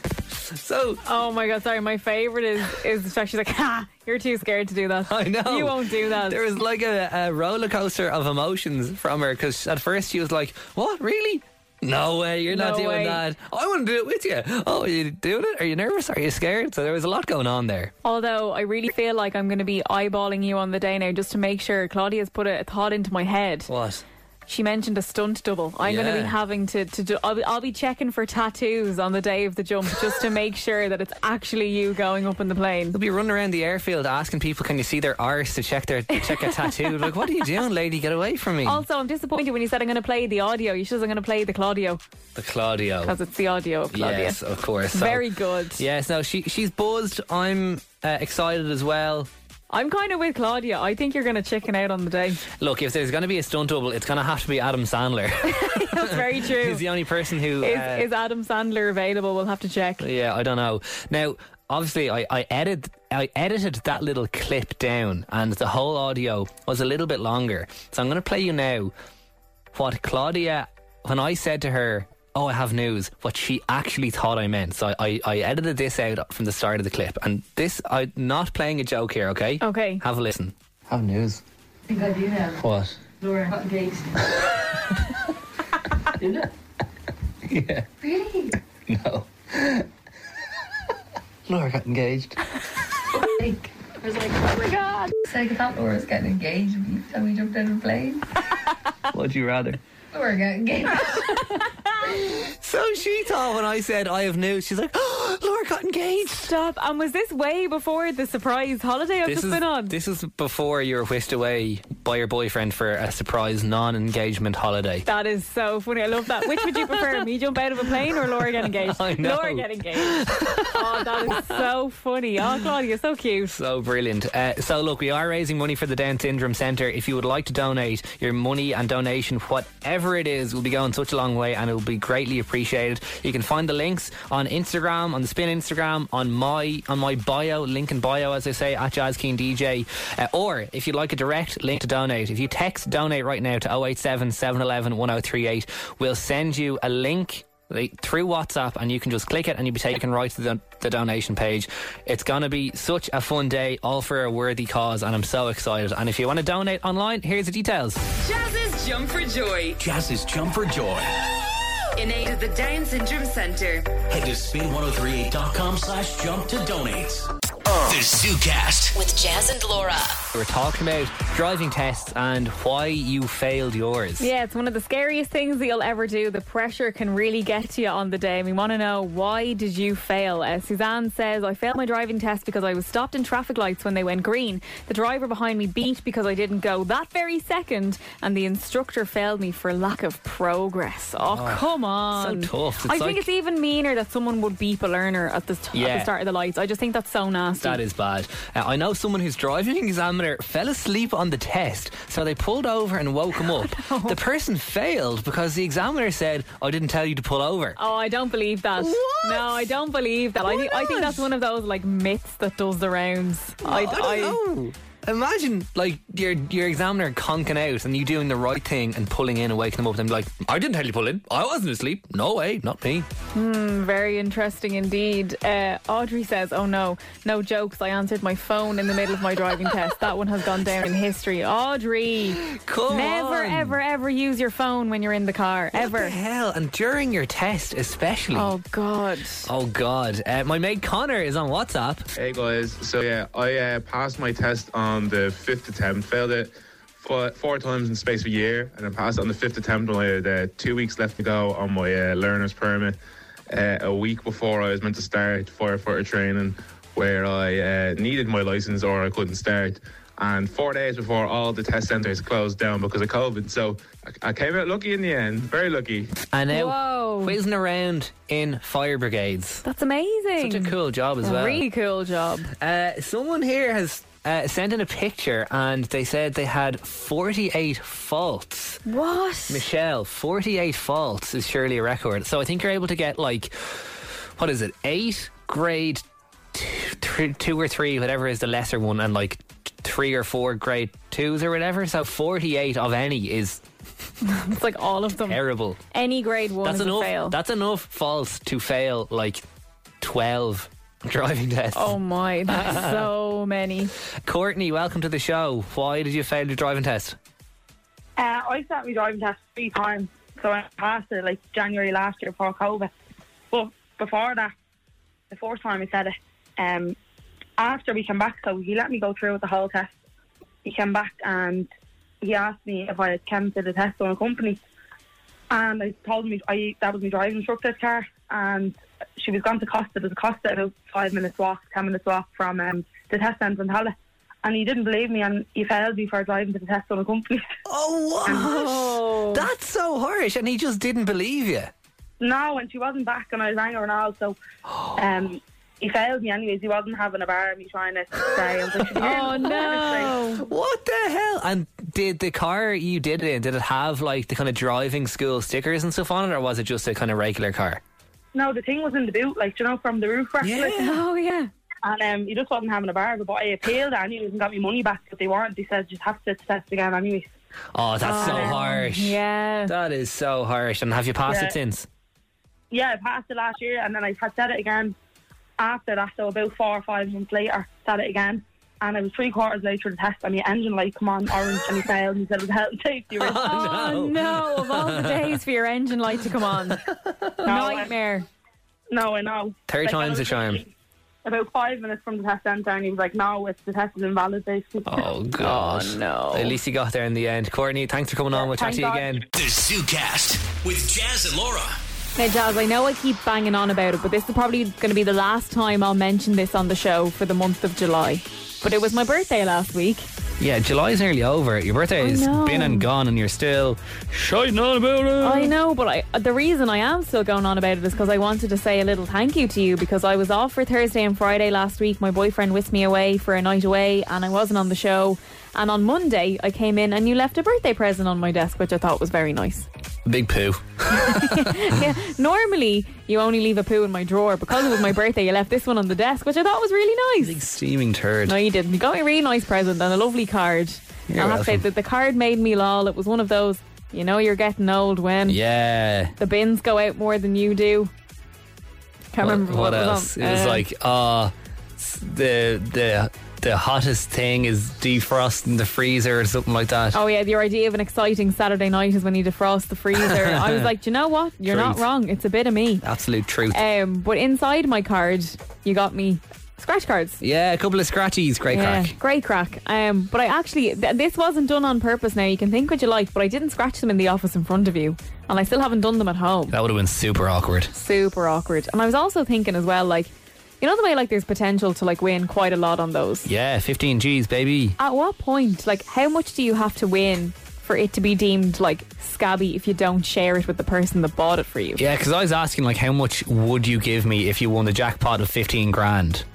Speaker 2: So
Speaker 3: Oh my god, sorry. My favorite is is she's like, ha, you're too scared to do that.
Speaker 2: I know.
Speaker 3: You won't do that.
Speaker 2: there was like a, a roller coaster of emotions from her because at first she was like, "What really?" No way, you're not
Speaker 3: No
Speaker 2: doing
Speaker 3: way.
Speaker 2: that. I want to do it with you. Oh, are you doing it? Are you nervous? Are you scared? So there was a lot going on there.
Speaker 3: Although I really feel like I'm going to be eyeballing you on the day now just to make sure Claudia's put a, a thought into my head.
Speaker 2: What?
Speaker 3: She mentioned a stunt double. I'm going to
Speaker 2: Yeah.
Speaker 3: be having to, to do, I'll, be- I'll be checking for tattoos on the day of the jump just to make sure that it's actually you going up in the plane.
Speaker 2: They'll be running around the airfield asking people, "Can you see their arse to check their check a tattoo?" like, what are you doing, lady? Get away from me.
Speaker 3: Also, I'm disappointed when you said I'm going to play the audio. You should have said I'm going to play the Claudio
Speaker 2: the Claudio.
Speaker 3: because it's the audio of Claudia.
Speaker 2: Yes, of course. So-
Speaker 3: Very good.
Speaker 2: Yes, no, she she's buzzed. I'm uh, excited as well.
Speaker 3: I'm kind of with Claudia. I think you're going to chicken out on the day.
Speaker 2: Look, if there's going to be a stunt double, it's going to have to be Adam Sandler.
Speaker 3: That's very true.
Speaker 2: He's
Speaker 3: is,
Speaker 2: the only person who. uh,
Speaker 3: is Adam Sandler available? We'll have to check.
Speaker 2: yeah, I don't know. Now, obviously, I I edit I edited that little clip down, and the whole audio was a little bit longer. So I'm going to play you now what Claudia when I said to her. Oh, I have news. What she actually thought I meant. So I, I, I edited this out from the start of the clip, and this I'm not playing a joke here. Okay.
Speaker 3: Okay.
Speaker 2: Have a listen.
Speaker 7: Have news.
Speaker 8: I think I do now.
Speaker 7: What?
Speaker 8: Laura got engaged. Did it?
Speaker 7: Yeah,
Speaker 8: Really?
Speaker 7: no. Laura got engaged.
Speaker 8: Like, I was like, oh my god. It's like, I thought Laura was getting engaged and we jumped out of a plane.
Speaker 7: Would you rather?
Speaker 8: Laura got engaged.
Speaker 2: So she thought when I said I have news, she's like, oh, Laura got got engaged.
Speaker 3: Stop. And was this way before the surprise holiday I've
Speaker 2: This
Speaker 3: just
Speaker 2: is,
Speaker 3: been on?
Speaker 2: this is before you were whisked away by your boyfriend for a surprise non engagement holiday.
Speaker 3: that is so funny. I love that. Which would you prefer, me jump out of a plane or Laura get engaged?
Speaker 2: I know.
Speaker 3: Laura get engaged. oh, that is so funny. Oh, Claudia, so cute.
Speaker 2: So brilliant. Uh, so, look, we are raising money for the Down Syndrome Centre. If you would like to donate, your money and donation, whatever it is, will be going such a long way and it will be greatly appreciated. You can find the links on Instagram, on the Spin Instagram, on my on my bio, link in bio, as I say, at Jazz King DJ. Uh, or if you'd like a direct link to donate, if you text donate right now to 087 711 1038, we'll send you a link like, through WhatsApp, and you can just click it, and you'll be taken right to the, the donation page. It's gonna be such a fun day, all for a worthy cause, and I'm so excited. And if you want to donate online, here's the details.
Speaker 6: Jazz's Jump for Joy.
Speaker 1: Jazz's Jump for Joy.
Speaker 6: In aid of the Down Syndrome Centre.
Speaker 1: Head to spin1038.com slash jump to donate. The ZooCast.
Speaker 5: With Jazz and Laura.
Speaker 2: We're talking about driving tests and why you failed yours.
Speaker 3: Yeah, it's one of the scariest things that you'll ever do. The pressure can really get to you on the day. And we want to know why did you fail? Uh, Suzanne says, I failed my driving test because I was stopped in traffic lights when they went green. The driver behind me beat because I didn't go that very second. And the instructor failed me for lack of progress. Oh, come on.
Speaker 2: Ah, tough. It's
Speaker 3: I
Speaker 2: like-
Speaker 3: think it's even meaner that someone would beep a learner at the, t- at
Speaker 2: Yeah.
Speaker 3: the start of the lights. I just think that's so nasty.
Speaker 2: That is bad. Uh, I know someone whose driving examiner fell asleep on the test, so they pulled over and woke him up. The person failed because the examiner said, I didn't tell you to pull over.
Speaker 3: Oh, I don't believe that. No, I don't believe that. I think I think that's one of those like myths that does the rounds. I,
Speaker 2: know. Imagine like your your examiner conking out and you doing the right thing and pulling in and waking them up and be like, I didn't tell you to pull in. I wasn't asleep. No way, not me.
Speaker 3: very interesting indeed. Uh, Audrey says, "Oh no, no jokes. I answered my phone in the middle of my driving test. That one has gone down in history." Audrey,
Speaker 2: Come
Speaker 3: never,
Speaker 2: on.
Speaker 3: ever, ever use your phone when you're in the car.
Speaker 2: What the
Speaker 3: ever.
Speaker 2: hell? And during your test, especially.
Speaker 3: Oh God.
Speaker 2: Oh, God. Uh, my mate Connor is on WhatsApp.
Speaker 9: Hey guys, so yeah, I uh, passed my test on the fifth attempt, failed it four, four times in the space of a year, and I passed it on the fifth attempt when I had uh, two weeks left to go on my uh, learner's permit. Uh, a week before I was meant to start firefighter training, where I uh, needed my license or I couldn't start. And four days before all the test centres closed down because of COVID, so I, I came out lucky in the end, very lucky.
Speaker 2: And now
Speaker 3: Whoa.
Speaker 2: whizzing around in fire brigades.
Speaker 3: That's amazing.
Speaker 2: Such a cool job as well.
Speaker 3: Really cool job.
Speaker 2: Uh, someone here has uh, sent in a picture and they said they had 48 faults.
Speaker 3: What?
Speaker 2: Michelle, 48 faults is surely a record. So I think you're able to get like, what is it, eight grade t- thr- two or three, whatever is the lesser one, and like t- three or four grade twos or whatever. So 48 of any is
Speaker 3: It's like all of them.
Speaker 2: terrible.
Speaker 3: Any grade one
Speaker 2: That's
Speaker 3: is
Speaker 2: enough.
Speaker 3: a fail.
Speaker 2: That's enough faults to fail like 12 driving tests.
Speaker 3: Oh my, that's so many.
Speaker 2: Courtney, welcome to the show. Why did you fail your driving test?
Speaker 10: Uh, I sat my driving test three times, so I passed it like January last year before COVID. But before that, the fourth time I said it, um, after we came back, so he let me go through with the whole test. He came back and he asked me if I had come to the test on a company, and I told him I that was my driving instructor's car, and she was gone to Costa. There's a Costa about five minutes walk, ten minutes walk from um, the test centre in Halle. And he didn't believe me, and he failed me for driving to the test on a company.
Speaker 2: Oh, what?
Speaker 3: Oh.
Speaker 2: That's so harsh. And he just didn't believe you.
Speaker 10: No, and she wasn't back, and I rang her and all. So, um, he failed me anyways. He wasn't having a bar, me trying to say. I was like, "She didn't."
Speaker 3: Oh no!
Speaker 2: What the hell? And did the car you did it in, did it have like the kind of driving school stickers and stuff on it, or was it just a kind of regular car?
Speaker 10: No, the thing was in the boot, like you know, from the roof rack. like,
Speaker 3: Oh yeah.
Speaker 10: and um, he just wasn't having a bar. But I appealed anyways and got my money back. But they weren't. They said just have to test again anyways.
Speaker 2: Oh, that's so harsh.
Speaker 3: Yeah.
Speaker 2: That is so harsh. And have you passed
Speaker 10: Yeah.
Speaker 2: it since?
Speaker 10: Yeah, I passed it last year, and then I had said it again after that. So about four or five months later, said it again. And it was three quarters later to the test, and the engine light come on orange, and he failed. And he said it was a health and safety risk.
Speaker 3: Oh no! Of all the days for your engine light to come on, nightmare.
Speaker 10: No, I know.
Speaker 2: Third
Speaker 10: I
Speaker 2: time's
Speaker 10: was
Speaker 2: a charm.
Speaker 10: About five minutes from the test centre, and he was like, "No, it's the test is invalid." Basically.
Speaker 2: Oh, God.
Speaker 3: no.
Speaker 2: At least you got there in the end. Courtney, thanks for coming on. We'll chat
Speaker 10: thank
Speaker 2: to you
Speaker 10: God.
Speaker 2: again.
Speaker 1: The ZooCast with Jazz and Laura.
Speaker 3: Now, Jazz, I know I keep banging on about it, but this is probably going to be the last time I'll mention this on the show for the month of July. But it was my birthday last week.
Speaker 2: Yeah, July's nearly over. Your birthday has
Speaker 3: know.
Speaker 2: been and gone, and you're still shining on about it.
Speaker 3: I know, but I, the reason I am still going on about it is because I wanted to say a little thank you to you because I was off for Thursday and Friday last week. My boyfriend whisked me away for a night away and I wasn't on the show. And on Monday, I came in and you left a birthday present on my desk, which I thought was very nice.
Speaker 2: Big poo.
Speaker 3: yeah, normally you only leave a poo in my drawer because it was my birthday. You left this one on the desk, which I thought was really nice.
Speaker 2: Big steaming turd.
Speaker 3: No, you didn't. You got me a really nice present and a lovely card.
Speaker 2: You're
Speaker 3: I'll have to say
Speaker 2: welcome.
Speaker 3: that the card made me lol. It was one of those, you know, you're getting old when
Speaker 2: Yeah.
Speaker 3: the bins go out more than you do. Can't remember what, was
Speaker 2: else?
Speaker 3: on.
Speaker 2: It was
Speaker 3: Uh,
Speaker 2: like, ah, the the the hottest thing is defrosting the freezer or something like that.
Speaker 3: Oh yeah, your idea of an exciting Saturday night is when you defrost the freezer. I was like, Do you know what? You're not
Speaker 2: Truth.
Speaker 3: wrong. It's a bit of me.
Speaker 2: Absolute truth.
Speaker 3: Um, but inside my card, you got me scratch cards.
Speaker 2: yeah, a couple of scratchies. Great
Speaker 3: Yeah,
Speaker 2: crack.
Speaker 3: great crack. Um, but I actually, th- this wasn't done on purpose now. You can think what you like, but I didn't scratch them in the office in front of you. And I still haven't done them at home.
Speaker 2: That would have been super awkward.
Speaker 3: Super awkward. And I was also thinking as well, like, you know, the way, like, there's potential to, like, win quite a lot on those.
Speaker 2: Yeah, 15 G's, baby.
Speaker 3: At what point, like, how much do you have to win for it to be deemed, like, scabby if you don't share it with the person that bought it for you?
Speaker 2: Yeah, because I was asking like, how much would you give me if you won the jackpot of 15 grand?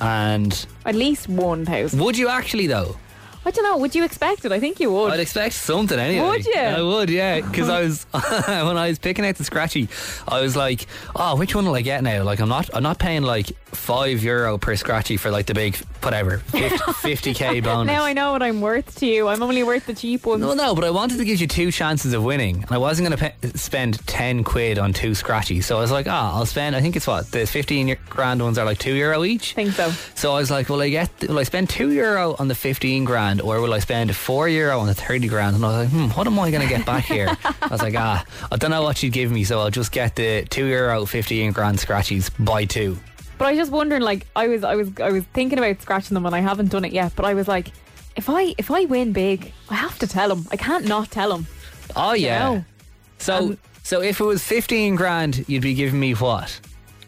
Speaker 2: And
Speaker 3: At least 1,000.
Speaker 2: would you actually though?
Speaker 3: I don't know. Would you expect it? I think you
Speaker 2: I'd
Speaker 3: would.
Speaker 2: expect something anyway.
Speaker 3: Would you?
Speaker 2: I would, yeah. Because I was when I was picking out the scratchy, I was like, "Oh, which one will I get now?" Like, I'm not, I'm not paying like five euro per scratchy for like the big whatever 50 k bonus.
Speaker 3: Now I know what I'm worth to you. I'm only worth the cheap ones.
Speaker 2: No, no, but I wanted to give you two chances of winning, and I wasn't going to spend ten quid on two scratchy. So I was like, ah, I'll spend. I think it's what the fifteen eu- grand ones are like two euro each.
Speaker 3: think so.
Speaker 2: So I was like, will I get? Will I spend two euro on the fifteen grand, or will I spend four euro on the thirty grand? And I was like, hmm, what am I going to get back here? I was like, ah, I don't know what you'd give me, so I'll just get the two euro fifteen grand scratchies by two.
Speaker 3: But I was just wondering, like, I was, I was, I was thinking about scratching them, and I haven't done it yet. But I was like, if I, if I win big, I have to tell them. I can't not tell them.
Speaker 2: Oh yeah.
Speaker 3: know.
Speaker 2: So
Speaker 3: Um,
Speaker 2: so if it was fifteen grand, you'd be giving me what?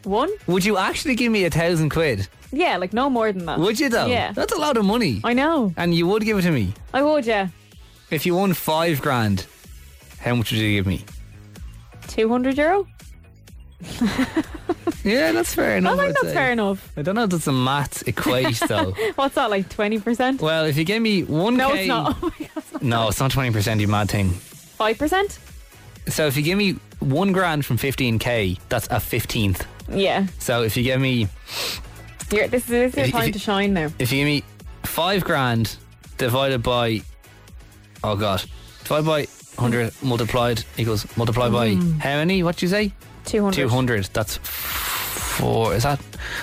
Speaker 3: One,
Speaker 2: Would you actually give me a thousand quid?
Speaker 3: yeah, like no more than that.
Speaker 2: Would you though?
Speaker 3: Yeah,
Speaker 2: That's a lot of money.
Speaker 3: I know.
Speaker 2: and you would give it to me.
Speaker 3: I would. Yeah,
Speaker 2: If you won five grand, how much would you give me?
Speaker 3: two hundred euro.
Speaker 2: Yeah, that's fair
Speaker 3: I
Speaker 2: enough.
Speaker 3: think
Speaker 2: I'd
Speaker 3: that's
Speaker 2: say.
Speaker 3: fair enough.
Speaker 2: I don't know if that's a maths equate though.
Speaker 3: What's that like? Twenty percent?
Speaker 2: well, if you gave me one
Speaker 3: No,
Speaker 2: K
Speaker 3: it's not. Oh my god,
Speaker 2: No, it's not twenty percent you mad thing.
Speaker 3: five percent?
Speaker 2: So if you give me one grand from fifteen K, that's a fifteenth.
Speaker 3: Yeah.
Speaker 2: So if you give me
Speaker 3: You're, this is this
Speaker 2: If
Speaker 3: is your
Speaker 2: you-
Speaker 3: time to shine now.
Speaker 2: if you give me five grand divided by oh god. Divided by hundred multiplied equals multiplied by how many? What'd you say?
Speaker 3: Two Hmm. hundred.
Speaker 2: Two hundred. That's four is that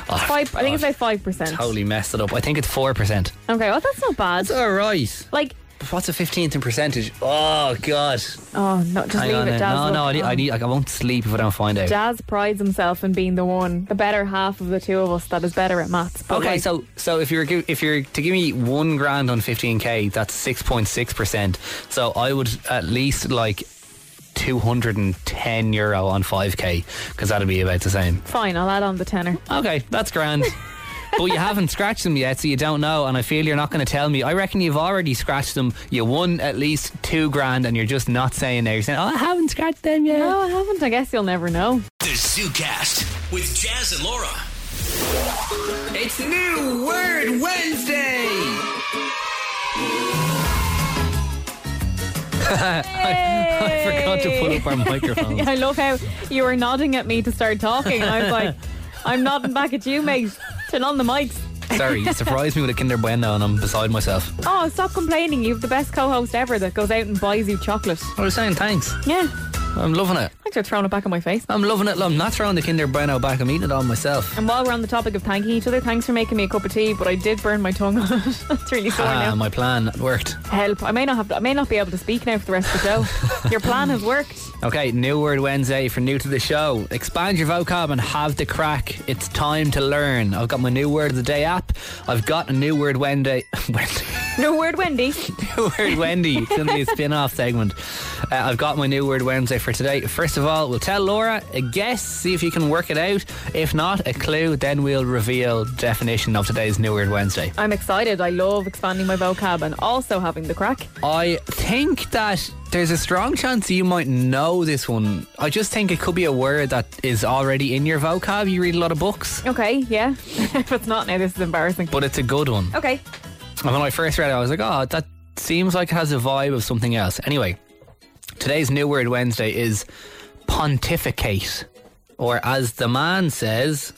Speaker 2: oh,
Speaker 3: Five. I think it's
Speaker 2: God.
Speaker 3: about five percent.
Speaker 2: totally messed it up. I think it's four percent.
Speaker 3: Okay. Well, that's not bad.
Speaker 2: all right.
Speaker 3: Like,
Speaker 2: What's a fifteenth in percentage? Oh God!
Speaker 3: oh no, just leave it. Jazz,
Speaker 2: No, no, I
Speaker 3: look.
Speaker 2: need, I
Speaker 3: Oh.
Speaker 2: need. Like, I won't sleep if I don't find out.
Speaker 3: Jazz prides himself in being the one, the better half of the two of us that is better at maths. But
Speaker 2: okay,
Speaker 3: like,
Speaker 2: so so if you're gi- if you're to give me one grand on fifteen k, that's six point six percent. So I would at least like two hundred and ten euro on five k because that'd be about the same.
Speaker 3: fine, I'll add on the tenner.
Speaker 2: Okay, that's grand. but you haven't scratched them yet, so you don't know. And I feel you're not going to tell me. I reckon you've already scratched them. You won at least two grand, and you're just not saying there. You're saying, "Oh, I haven't scratched them yet."
Speaker 3: No, Oh, I haven't. I guess you'll never know.
Speaker 1: The ZooCast with Jazz and Laura.
Speaker 2: It's New Word Wednesday. I forgot to put up our microphone.
Speaker 3: I love how you were nodding at me to start talking, and I was like, I'm nodding back at you, mate. Turn on the mics.
Speaker 2: Sorry, you surprised me with a Kinder Bueno, and I'm beside myself.
Speaker 3: Oh, stop complaining. You've the best co host ever that goes out and buys you chocolate.
Speaker 2: I was saying thanks.
Speaker 3: Yeah.
Speaker 2: I'm loving it.
Speaker 3: Thanks for throwing it back in my face.
Speaker 2: I'm loving it. I'm not throwing the Kinder Bueno back. I'm eating it all myself.
Speaker 3: And while we're on the topic of thanking each other, thanks for making me a cup of tea, but I did burn my tongue on it. That's really sore
Speaker 2: Ah,
Speaker 3: now.
Speaker 2: my plan worked.
Speaker 3: Help! I may not have. I may not be able to speak now for the rest of the show. Your plan has worked.
Speaker 2: Okay, new word Wednesday for new to the show. Expand your vocab and have the crack. It's time to learn. I've got my new word of the day app. I've got a new word Wednesday. Wednesday.
Speaker 3: No word, Wendy.
Speaker 2: New Word Wendy. It's going to be a spin off segment. Uh, I've got my New Word Wednesday for today. First of all, we'll tell Laura a guess, see if you can work it out. If not, a clue, then we'll reveal definition of today's New Word Wednesday.
Speaker 3: I'm excited. I love expanding my vocab and also having the crack.
Speaker 2: I think that there's a strong chance you might know this one. I just think it could be a word that is already in your vocab. You read a lot of books,
Speaker 3: Okay, yeah. if it's not now, this is embarrassing.
Speaker 2: but it's a good one.
Speaker 3: Okay,
Speaker 2: And when I first read it, I was like, oh, that seems like it has a vibe of something else. Anyway, today's New Word Wednesday is pontificate. Or as the man says,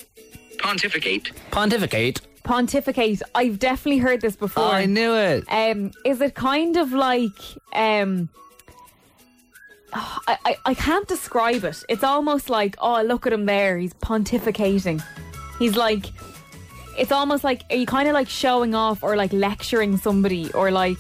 Speaker 8: Pontificate.
Speaker 2: pontificate.
Speaker 3: pontificate. I've definitely heard this before.
Speaker 2: I knew it.
Speaker 3: um, is it kind of like um, I, I I can't describe it. It's almost like oh look at him there, he's pontificating. He's like it's almost like are you kind of like showing off or like lecturing somebody or like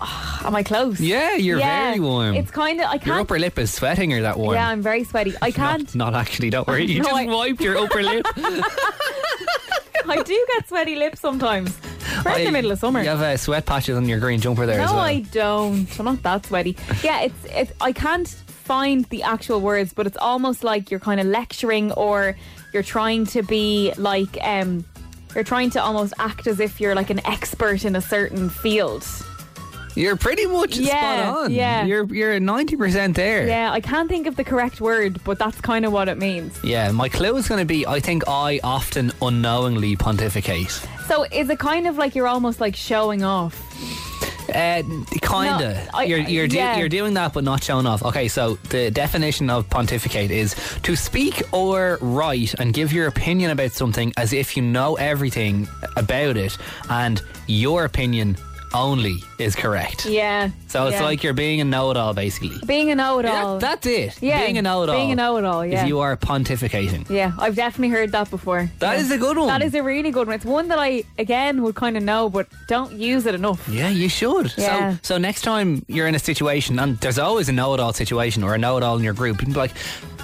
Speaker 3: oh, am I close?
Speaker 2: Yeah, you're very warm.
Speaker 3: It's kind of I
Speaker 2: Your
Speaker 3: can't.
Speaker 2: upper lip is sweating or that warm.
Speaker 3: Yeah, I'm very sweaty. I
Speaker 2: Not-
Speaker 3: can't.
Speaker 2: Not, actually, don't worry. You
Speaker 3: No,
Speaker 2: just
Speaker 3: I-
Speaker 2: wiped your upper lip.
Speaker 3: I do get sweaty lips sometimes. We're in
Speaker 2: I-
Speaker 3: the middle of summer.
Speaker 2: You have uh, sweat patches on your green jumper there
Speaker 3: No,
Speaker 2: as well.
Speaker 3: I don't. I'm not that sweaty. Yeah, it's it's. I can't find the actual words, but it's almost like you're kind of lecturing or you're trying to be like um, you're trying to almost act as if you're like an expert in a certain field.
Speaker 2: You're pretty much
Speaker 3: Yeah,
Speaker 2: spot on.
Speaker 3: yeah.
Speaker 2: You're, you're 90% there.
Speaker 3: Yeah, I can't think of the correct word, but that's kind of what it means.
Speaker 2: Yeah, my clue is going to be I think I often unknowingly pontificate.
Speaker 3: So is it kind of like you're almost like showing off?
Speaker 2: Uh, kinda.
Speaker 3: No, I-
Speaker 2: you're you're, do-
Speaker 3: yeah.
Speaker 2: you're doing that, but not showing off. Okay, so the definition of pontificate is to speak or write and give your opinion about something as if you know everything about it, and your opinion only is correct.
Speaker 3: Yeah.
Speaker 2: So it's
Speaker 3: yeah.
Speaker 2: like you're being a know-it-all, basically.
Speaker 3: being a know-it-all.
Speaker 2: That, that's it.
Speaker 3: Yeah,
Speaker 2: being a know-it-all.
Speaker 3: being a know-it-all, yeah.
Speaker 2: If you are pontificating.
Speaker 3: yeah, I've definitely heard that before.
Speaker 2: That
Speaker 3: yeah.
Speaker 2: is a good one.
Speaker 3: That is a really good one. It's one that I again would kind of know, but don't use it enough.
Speaker 2: Yeah, you should.
Speaker 3: Yeah.
Speaker 2: So, so next time you're in a situation, and there's always a know-it-all situation or a know-it-all in your group, you can be like,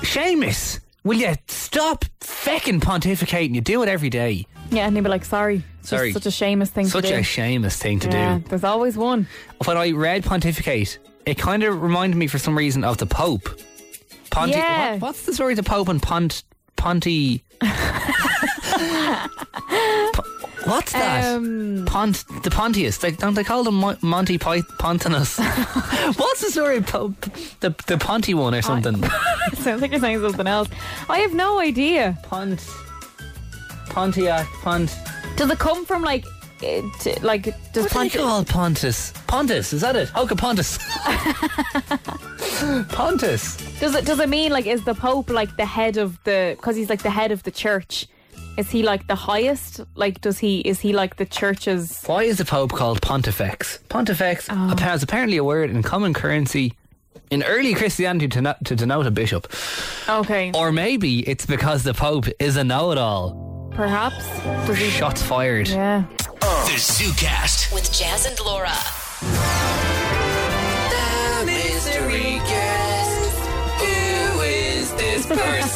Speaker 2: Seamus, will you stop feckin' pontificating? You do it every day.
Speaker 3: Yeah, and he'd be like, "Sorry, It's just
Speaker 2: Sorry.
Speaker 3: such a shameless thing
Speaker 2: Such
Speaker 3: to do."
Speaker 2: a Seamus thing to
Speaker 3: yeah,
Speaker 2: do.
Speaker 3: there's always one.
Speaker 2: When I read pontificate, it kind of reminded me for some reason of the Pope. Ponti-
Speaker 3: Yeah.
Speaker 2: what- what's the story of the Pope and Pont Ponti? Po- What's that? Pont the Pontius. They, don't they call them Mo- Monty Pyth Pontinus? What's the story of Pope the the Ponty one or something?
Speaker 3: Sounds like you're saying something else. I have no idea.
Speaker 2: Pont Pontiac Pont.
Speaker 3: Does it come from like, eh, t- like does
Speaker 2: What do they
Speaker 3: Ponti-
Speaker 2: call Pontus? Pontus is that it? Hoka Pontus. Pontus.
Speaker 3: does it does it mean like is the Pope like the head of the because he's like the head of the church? Is he like the highest? Like, does he is he like the church's?
Speaker 2: Why is the Pope called Pontifex? Pontifex
Speaker 3: Ah.
Speaker 2: has apparently a word in common currency in early Christianity to, no- to denote a bishop.
Speaker 3: Okay,
Speaker 2: Or maybe it's because the Pope is a know it all.
Speaker 3: perhaps. Does he?
Speaker 2: Shots fired.
Speaker 3: Yeah.
Speaker 1: The ZooCast.
Speaker 5: With Jazz and Laura.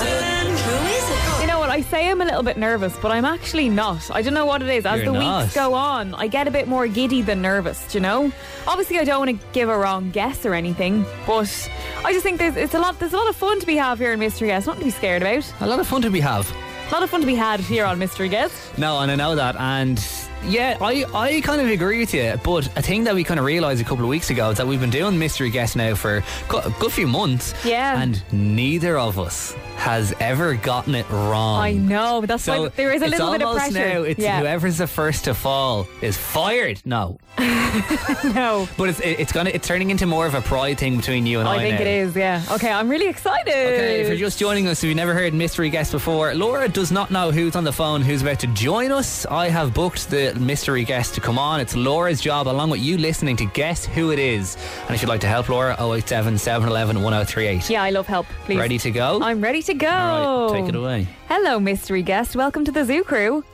Speaker 3: You know what? I say I'm a little bit nervous, but I'm actually not. I don't know what it is. As
Speaker 2: You're
Speaker 3: the
Speaker 2: not.
Speaker 3: weeks go on, I get a bit more giddy than nervous, do you know? Obviously, I don't want to give a wrong guess or anything, but I just think there's it's a lot there's a lot of fun to be had here in Mystery Guest. Nothing to be scared about.
Speaker 2: A lot of fun to be have.
Speaker 3: A lot of fun to be had here on Mystery Guest.
Speaker 2: No, and I know that. And yeah, I, I kind of agree with you. But a thing that we kind of realised a couple of weeks ago is that we've been doing Mystery Guest now for co- a good few months.
Speaker 3: Yeah.
Speaker 2: And neither of us has ever gotten it wrong.
Speaker 3: I know, but that's why there is a
Speaker 2: it's
Speaker 3: little bit of
Speaker 2: almost
Speaker 3: pressure.
Speaker 2: Now it's
Speaker 3: yeah.
Speaker 2: whoever's the first to fall is fired. No,
Speaker 3: no,
Speaker 2: but it's it- it's gonna it's turning into more of a pride thing between you and I.
Speaker 3: I think
Speaker 2: now.
Speaker 3: it is. Yeah. Okay, I'm really excited.
Speaker 2: Okay, if you're just joining us, if you've never heard mystery guest before, Laura does not know who's on the phone, who's about to join us. I have booked the mystery guest to come on. It's Laura's job, along with you listening, to guess who it is. And if you'd like to help Laura, 087 711 1038.
Speaker 3: yeah, I love help. Please.
Speaker 2: Ready to go?
Speaker 3: I'm ready to go.
Speaker 2: All right, take it away.
Speaker 3: Hello, mystery guest. Welcome to the Zoo Crew.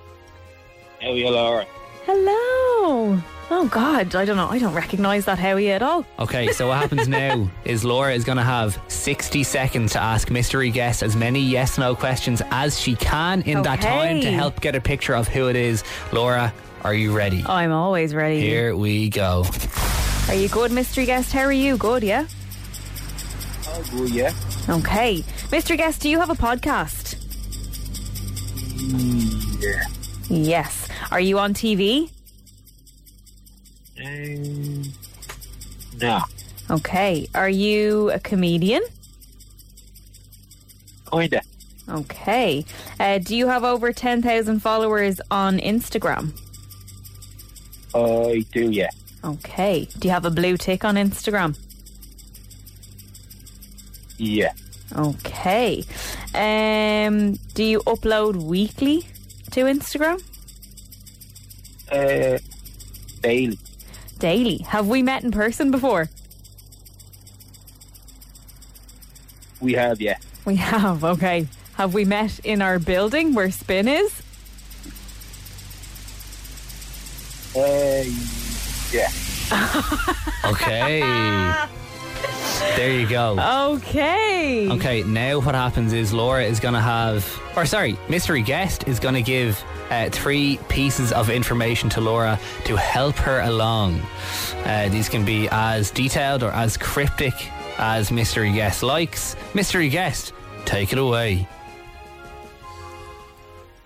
Speaker 11: How are you, Laura?
Speaker 3: Hello. Oh God, I don't know. I don't recognise that Howie at all.
Speaker 2: Okay, so what happens now is Laura is going to have 60 seconds to ask mystery guests as many yes no questions as she can in that time to
Speaker 3: Okay.
Speaker 2: help get a picture of who it is. Laura, are you ready?
Speaker 3: I'm always ready.
Speaker 2: Here we go.
Speaker 3: Are you good, mystery guest? How are you? Good, yeah.
Speaker 7: Oh, yeah.
Speaker 3: Okay, mystery guest, do you have a podcast?
Speaker 7: Yeah.
Speaker 3: Yes. Are you on TV?
Speaker 7: Um, no.
Speaker 3: Okay. Are you a comedian?
Speaker 7: Kinda.
Speaker 3: Okay. Uh, do you have over ten thousand followers on Instagram?
Speaker 7: I do, yeah.
Speaker 3: Okay. Do you have a blue tick on Instagram?
Speaker 7: Yeah.
Speaker 3: Okay. Um, do you upload weekly to Instagram?
Speaker 7: Uh, Bailey.
Speaker 3: Daily. Have we met in person before?
Speaker 7: We have, yeah.
Speaker 3: We have. Okay. Have we met in our building where Spin is?
Speaker 7: Uh,
Speaker 2: Okay. there you go.
Speaker 3: Okay.
Speaker 2: Okay, now what happens is Laura is going to have, or sorry, mystery guest is going to give uh, three pieces of information to Laura to help her along. Uh, these can be as detailed or as cryptic as mystery guest likes. Mystery guest, take it away.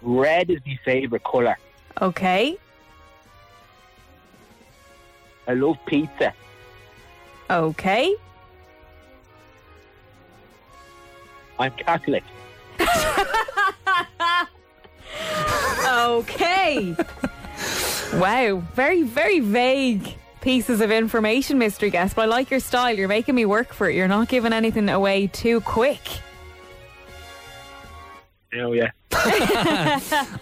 Speaker 7: red is my favourite colour.
Speaker 3: Okay.
Speaker 7: I love pizza.
Speaker 3: Okay.
Speaker 7: I'm Catholic.
Speaker 3: Okay. wow. Very, very vague pieces of information, mystery guest. But I like your style. You're making me work for it. You're not giving anything away too quick.
Speaker 7: Oh, yeah.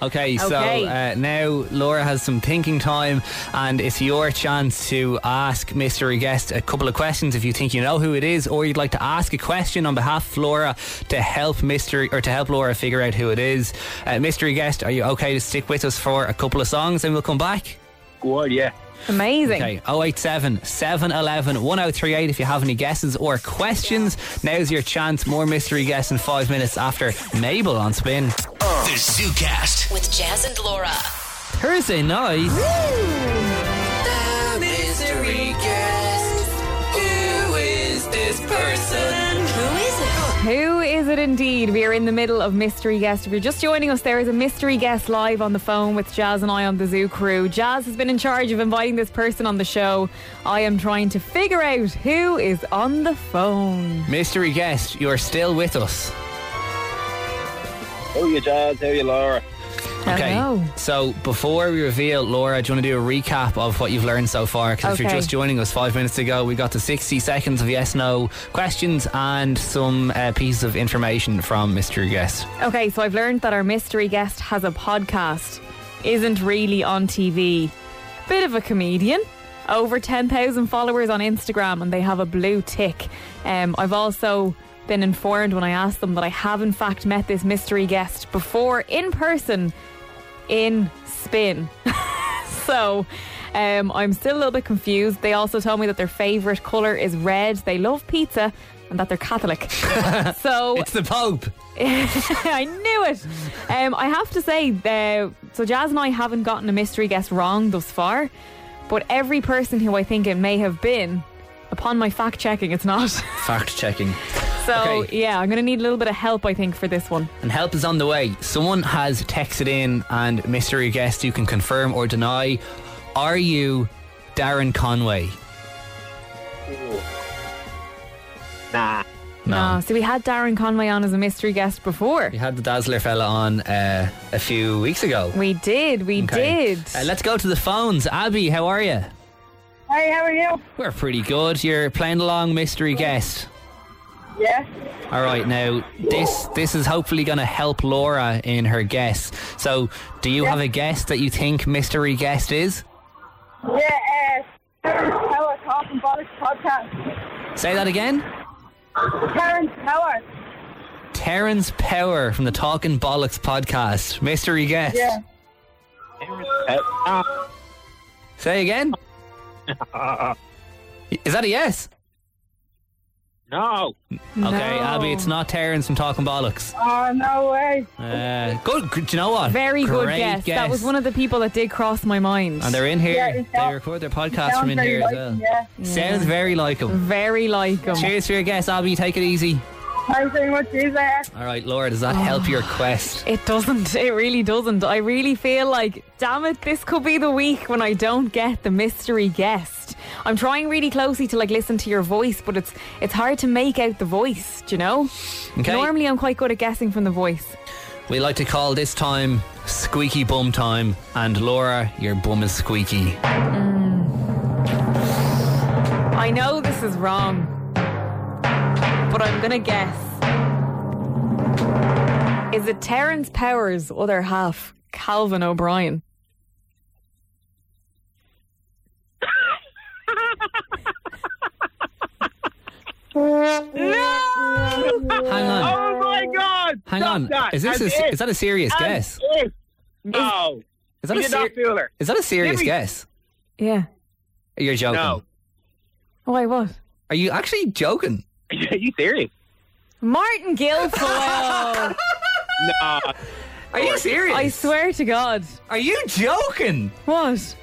Speaker 2: Okay, so
Speaker 3: Okay.
Speaker 2: uh, now Laura has some thinking time, and it's your chance to ask mystery guest a couple of questions if you think you know who it is, or you'd like to ask a question on behalf of Laura to help mystery or to help Laura figure out who it is. Uh, mystery guest, are you okay to stick with us for a couple of songs, and we'll come back?
Speaker 7: Go on, yeah.
Speaker 3: Amazing.
Speaker 2: Okay, 087 711 1038 if you have any guesses or questions. Now's your chance. More mystery guests in five minutes after Mabel on spin.
Speaker 1: The ZooCast.
Speaker 5: With Jazz and Laura.
Speaker 2: Thursday night.
Speaker 3: Who is it indeed? We are in the middle of Mystery Guest. If you're just joining us, there is a Mystery Guest live on the phone with Jazz and I on the Zoo Crew. Jazz has been in charge of inviting this person on the show. I am trying to figure out who is on the phone.
Speaker 2: Mystery guest, you're still with us.
Speaker 7: How are you, Jazz? How are you, Laura?
Speaker 3: Hello.
Speaker 2: So before we reveal, Laura, do you want to do a recap of what you've learned so far? Because if
Speaker 3: Okay.
Speaker 2: you're just joining us five minutes ago, we got to 60 seconds of yes no questions and some uh, pieces of information from mystery guest.
Speaker 3: Okay, so I've learned that our mystery guest has a podcast, isn't really on TV, bit of a comedian, over 10,000 followers on Instagram, and they have a blue tick. Um, I've also been informed when I asked them that I have, in fact, met this mystery guest before in person in Spin. so. Um, I'm still a little bit confused. They also told me that their favourite colour is red, they love pizza, and that they're Catholic. so
Speaker 2: It's the Pope.
Speaker 3: I knew it. Um, I have to say, uh, so Jazz and I haven't gotten a mystery guest wrong thus far, but every person who I think it may have been, upon my fact checking, it's not.
Speaker 2: Fact checking.
Speaker 3: So
Speaker 2: Okay.
Speaker 3: yeah, I'm going to need a little bit of help, I think, for this one.
Speaker 2: And help is on the way. Someone has texted in, and mystery guest, you can confirm or deny. Are you Darren Conway?
Speaker 7: Nah.
Speaker 3: No. Ah, so we had Darren Conway on as a mystery guest before.
Speaker 2: We had the Dazzler fella on uh, a few weeks ago.
Speaker 3: We did, we
Speaker 2: Okay.
Speaker 3: did.
Speaker 2: Uh, let's go to the phones. Abby, how are you?
Speaker 4: Hi, how are you?
Speaker 2: We're pretty good. You're playing along, mystery guest.
Speaker 4: Yeah.
Speaker 2: All right, now this this is hopefully going to help Laura in her guess. So, do you have a guess that you think mystery guest is?
Speaker 4: Yeah, uh, Howard Cough and Bollocks podcast.
Speaker 2: Say that again.
Speaker 4: Terrence Howard.
Speaker 2: Terrence Power from the Talking Bollocks podcast, mystery guest.
Speaker 4: Yeah.
Speaker 7: Uh, nah.
Speaker 2: Say again. Is that a yes?
Speaker 10: No.
Speaker 2: Okay, Abby, it's not Terrence from Talking Bollocks.
Speaker 12: Oh, no way.
Speaker 2: Uh, good. good- Do you know what?
Speaker 3: Very good
Speaker 2: Great
Speaker 3: guess. That was one of the people that did cross my mind.
Speaker 2: And they're in
Speaker 12: Yeah,
Speaker 2: here.
Speaker 12: it
Speaker 2: they
Speaker 12: sounds-
Speaker 2: record their podcast from in here as well.
Speaker 12: Yeah. Mm-hmm.
Speaker 2: Sounds very like them.
Speaker 3: very like them.
Speaker 2: Cheers for your guess, Abby. Take it easy.
Speaker 12: Thanks very much, Jesus.
Speaker 2: All right, Laura, does that help your quest?
Speaker 3: It doesn't. It really doesn't. I really feel like, damn it, this could be the week when I don't get the mystery guest. I'm trying really closely to like listen to your voice, but it's it's hard to make out the voice. Do you know?
Speaker 2: Okay.
Speaker 3: Normally, I'm quite good at guessing from the voice.
Speaker 2: We like to call this time squeaky bum time. And Laura, your bum is squeaky.
Speaker 3: I know this is wrong, but I'm gonna guess. Is it Terrence Powers' other half, Calvin O'Brien?
Speaker 2: Hang on.
Speaker 10: Oh my God!
Speaker 2: Hang
Speaker 10: Stop
Speaker 2: on.
Speaker 10: That.
Speaker 2: Is this
Speaker 10: And
Speaker 2: a,
Speaker 10: it.
Speaker 2: is that a serious
Speaker 10: And
Speaker 2: guess?
Speaker 10: it. No.
Speaker 2: Is that
Speaker 10: You
Speaker 2: a
Speaker 10: did not
Speaker 2: ser-
Speaker 10: feel her.
Speaker 2: is that a serious
Speaker 10: Give me-
Speaker 2: guess?
Speaker 3: Yeah. Oh,
Speaker 2: You're joking.
Speaker 10: No.
Speaker 3: Why what?
Speaker 2: Are you actually joking?
Speaker 10: Are you serious?
Speaker 3: Martin Guilfoyle.
Speaker 10: No.
Speaker 2: Are you serious?
Speaker 3: I swear to God.
Speaker 2: Are you joking?
Speaker 3: What?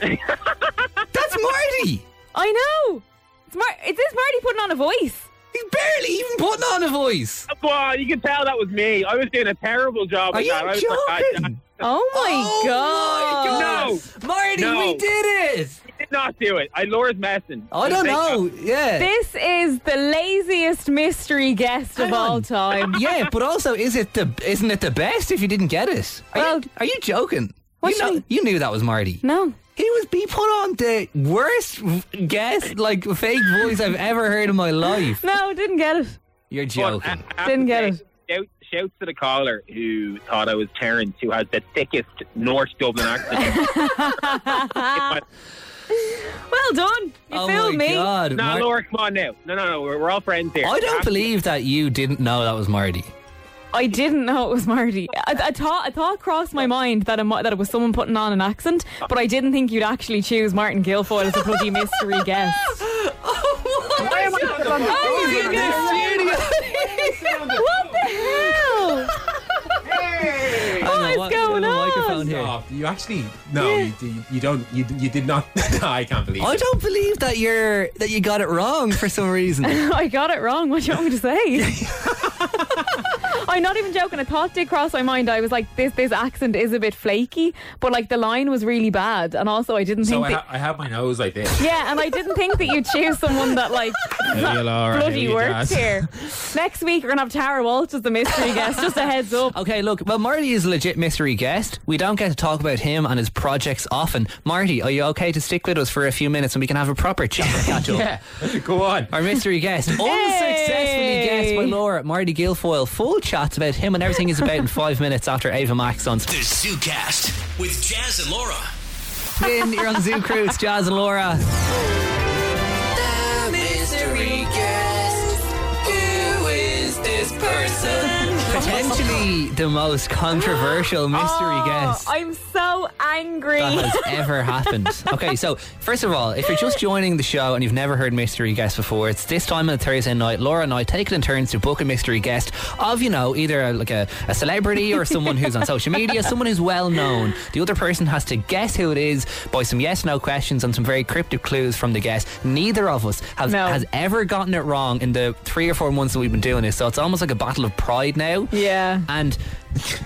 Speaker 2: That's Marty.
Speaker 3: I know. It's Mar- is this Marty putting on a voice?
Speaker 2: He's barely even putting on a voice.
Speaker 10: Well, you can tell that was me. I was doing a terrible job.
Speaker 2: Are
Speaker 10: at
Speaker 2: you
Speaker 10: that. Oh I was like, I-
Speaker 2: joking?
Speaker 3: Oh my
Speaker 2: oh
Speaker 3: God.
Speaker 10: God.
Speaker 2: my God. Marty,
Speaker 10: No.
Speaker 2: we did it.
Speaker 10: I did not do it. I Laura's messing.
Speaker 2: I don't know. Yeah.
Speaker 3: This is the laziest mystery guest
Speaker 2: Hang
Speaker 3: of all
Speaker 2: on.
Speaker 3: time.
Speaker 2: yeah, but also, is it the isn't it the best if you didn't get it? Are
Speaker 3: Well-
Speaker 2: you, are you joking?
Speaker 3: What
Speaker 2: you,
Speaker 3: do you
Speaker 2: know,
Speaker 3: mean?
Speaker 2: you knew that was Marty.
Speaker 3: No.
Speaker 2: He was he put on the worst v- guess like fake voice I've ever heard in my life.
Speaker 3: No, didn't get it.
Speaker 2: You're
Speaker 3: uh,
Speaker 10: But I- I
Speaker 2: joking.
Speaker 10: have
Speaker 3: Didn't
Speaker 10: to
Speaker 3: get
Speaker 10: say, Shout, shout to the caller who thought I was Terrence, who has the thickest North Dublin accent.
Speaker 3: Well done. You
Speaker 2: oh
Speaker 3: fooled
Speaker 2: my
Speaker 3: me.
Speaker 2: god.
Speaker 10: no,
Speaker 2: Mar-
Speaker 10: Laura, come on now. No, no, no. We're, we're all friends here.
Speaker 2: I don't
Speaker 10: Have-
Speaker 2: believe that you didn't know that was Marty.
Speaker 3: I didn't know it was Marty. I, I thought I thought crossed my mind that it, mi- that it was someone putting on an accent, but I didn't think you'd actually choose Martin Guilfoyle as a bloody mystery guest.
Speaker 2: Oh
Speaker 3: Oh
Speaker 10: Why am I not on the phone?
Speaker 2: He's in the studio.
Speaker 3: What the hell?
Speaker 2: What
Speaker 3: is going on?
Speaker 2: Microphone here.
Speaker 11: Oh, you actually no, you, you, you don't. You, you did not. no, I can't believe.
Speaker 2: I
Speaker 11: it.
Speaker 2: don't believe that you're that you got it wrong for some reason.
Speaker 3: I got it wrong. What do you want me to say? I'm not even joking. A thought did cross my mind. I was like, this this accent is a bit flaky, but like the line was really bad, and also I didn't
Speaker 11: So
Speaker 3: think
Speaker 11: I,
Speaker 3: that.
Speaker 11: ha- I have my nose like this.
Speaker 3: Yeah, and I didn't think that you'd choose someone that like
Speaker 11: Hello, Laura.
Speaker 3: bloody
Speaker 11: Hello,
Speaker 3: works
Speaker 11: Jazz.
Speaker 3: here. Next week we're gonna have Tara Walsh as the mystery guest. Just a heads up.
Speaker 2: Okay, look, well, Marty is a legit mystery guest. We don't get to talk about him and his projects often. Marty, are you okay to stick with us for a few minutes and we can have a proper chat catch up?
Speaker 11: Yeah, go on.
Speaker 2: Our mystery guest, unsuccessfully guessed by Laura, Marty Guilfoyle. Full chats about him and everything is about in five minutes after Ava Max on
Speaker 1: The ZooCast with Jazz and Laura.
Speaker 2: Spin. You're on Zoo Crew. It's Jazz and Laura. Potentially the most controversial mystery
Speaker 11: Oh,
Speaker 2: guest.
Speaker 3: I'm so angry.
Speaker 2: that has ever happened. Okay, so first of all, if you're just joining the show and you've never heard mystery guest before, it's this time on a Thursday night. Laura and I take it in turns to book a mystery guest of you know either a, like a, a celebrity or someone who's on social media, someone who's well known. The other person has to guess who it is by some yes/no questions and some very cryptic clues from the guest. Neither of us have
Speaker 3: No.
Speaker 2: has ever gotten it wrong in the three or four months that we've been doing this, so it's almost like a battle of pride now.
Speaker 3: Yeah.
Speaker 2: and.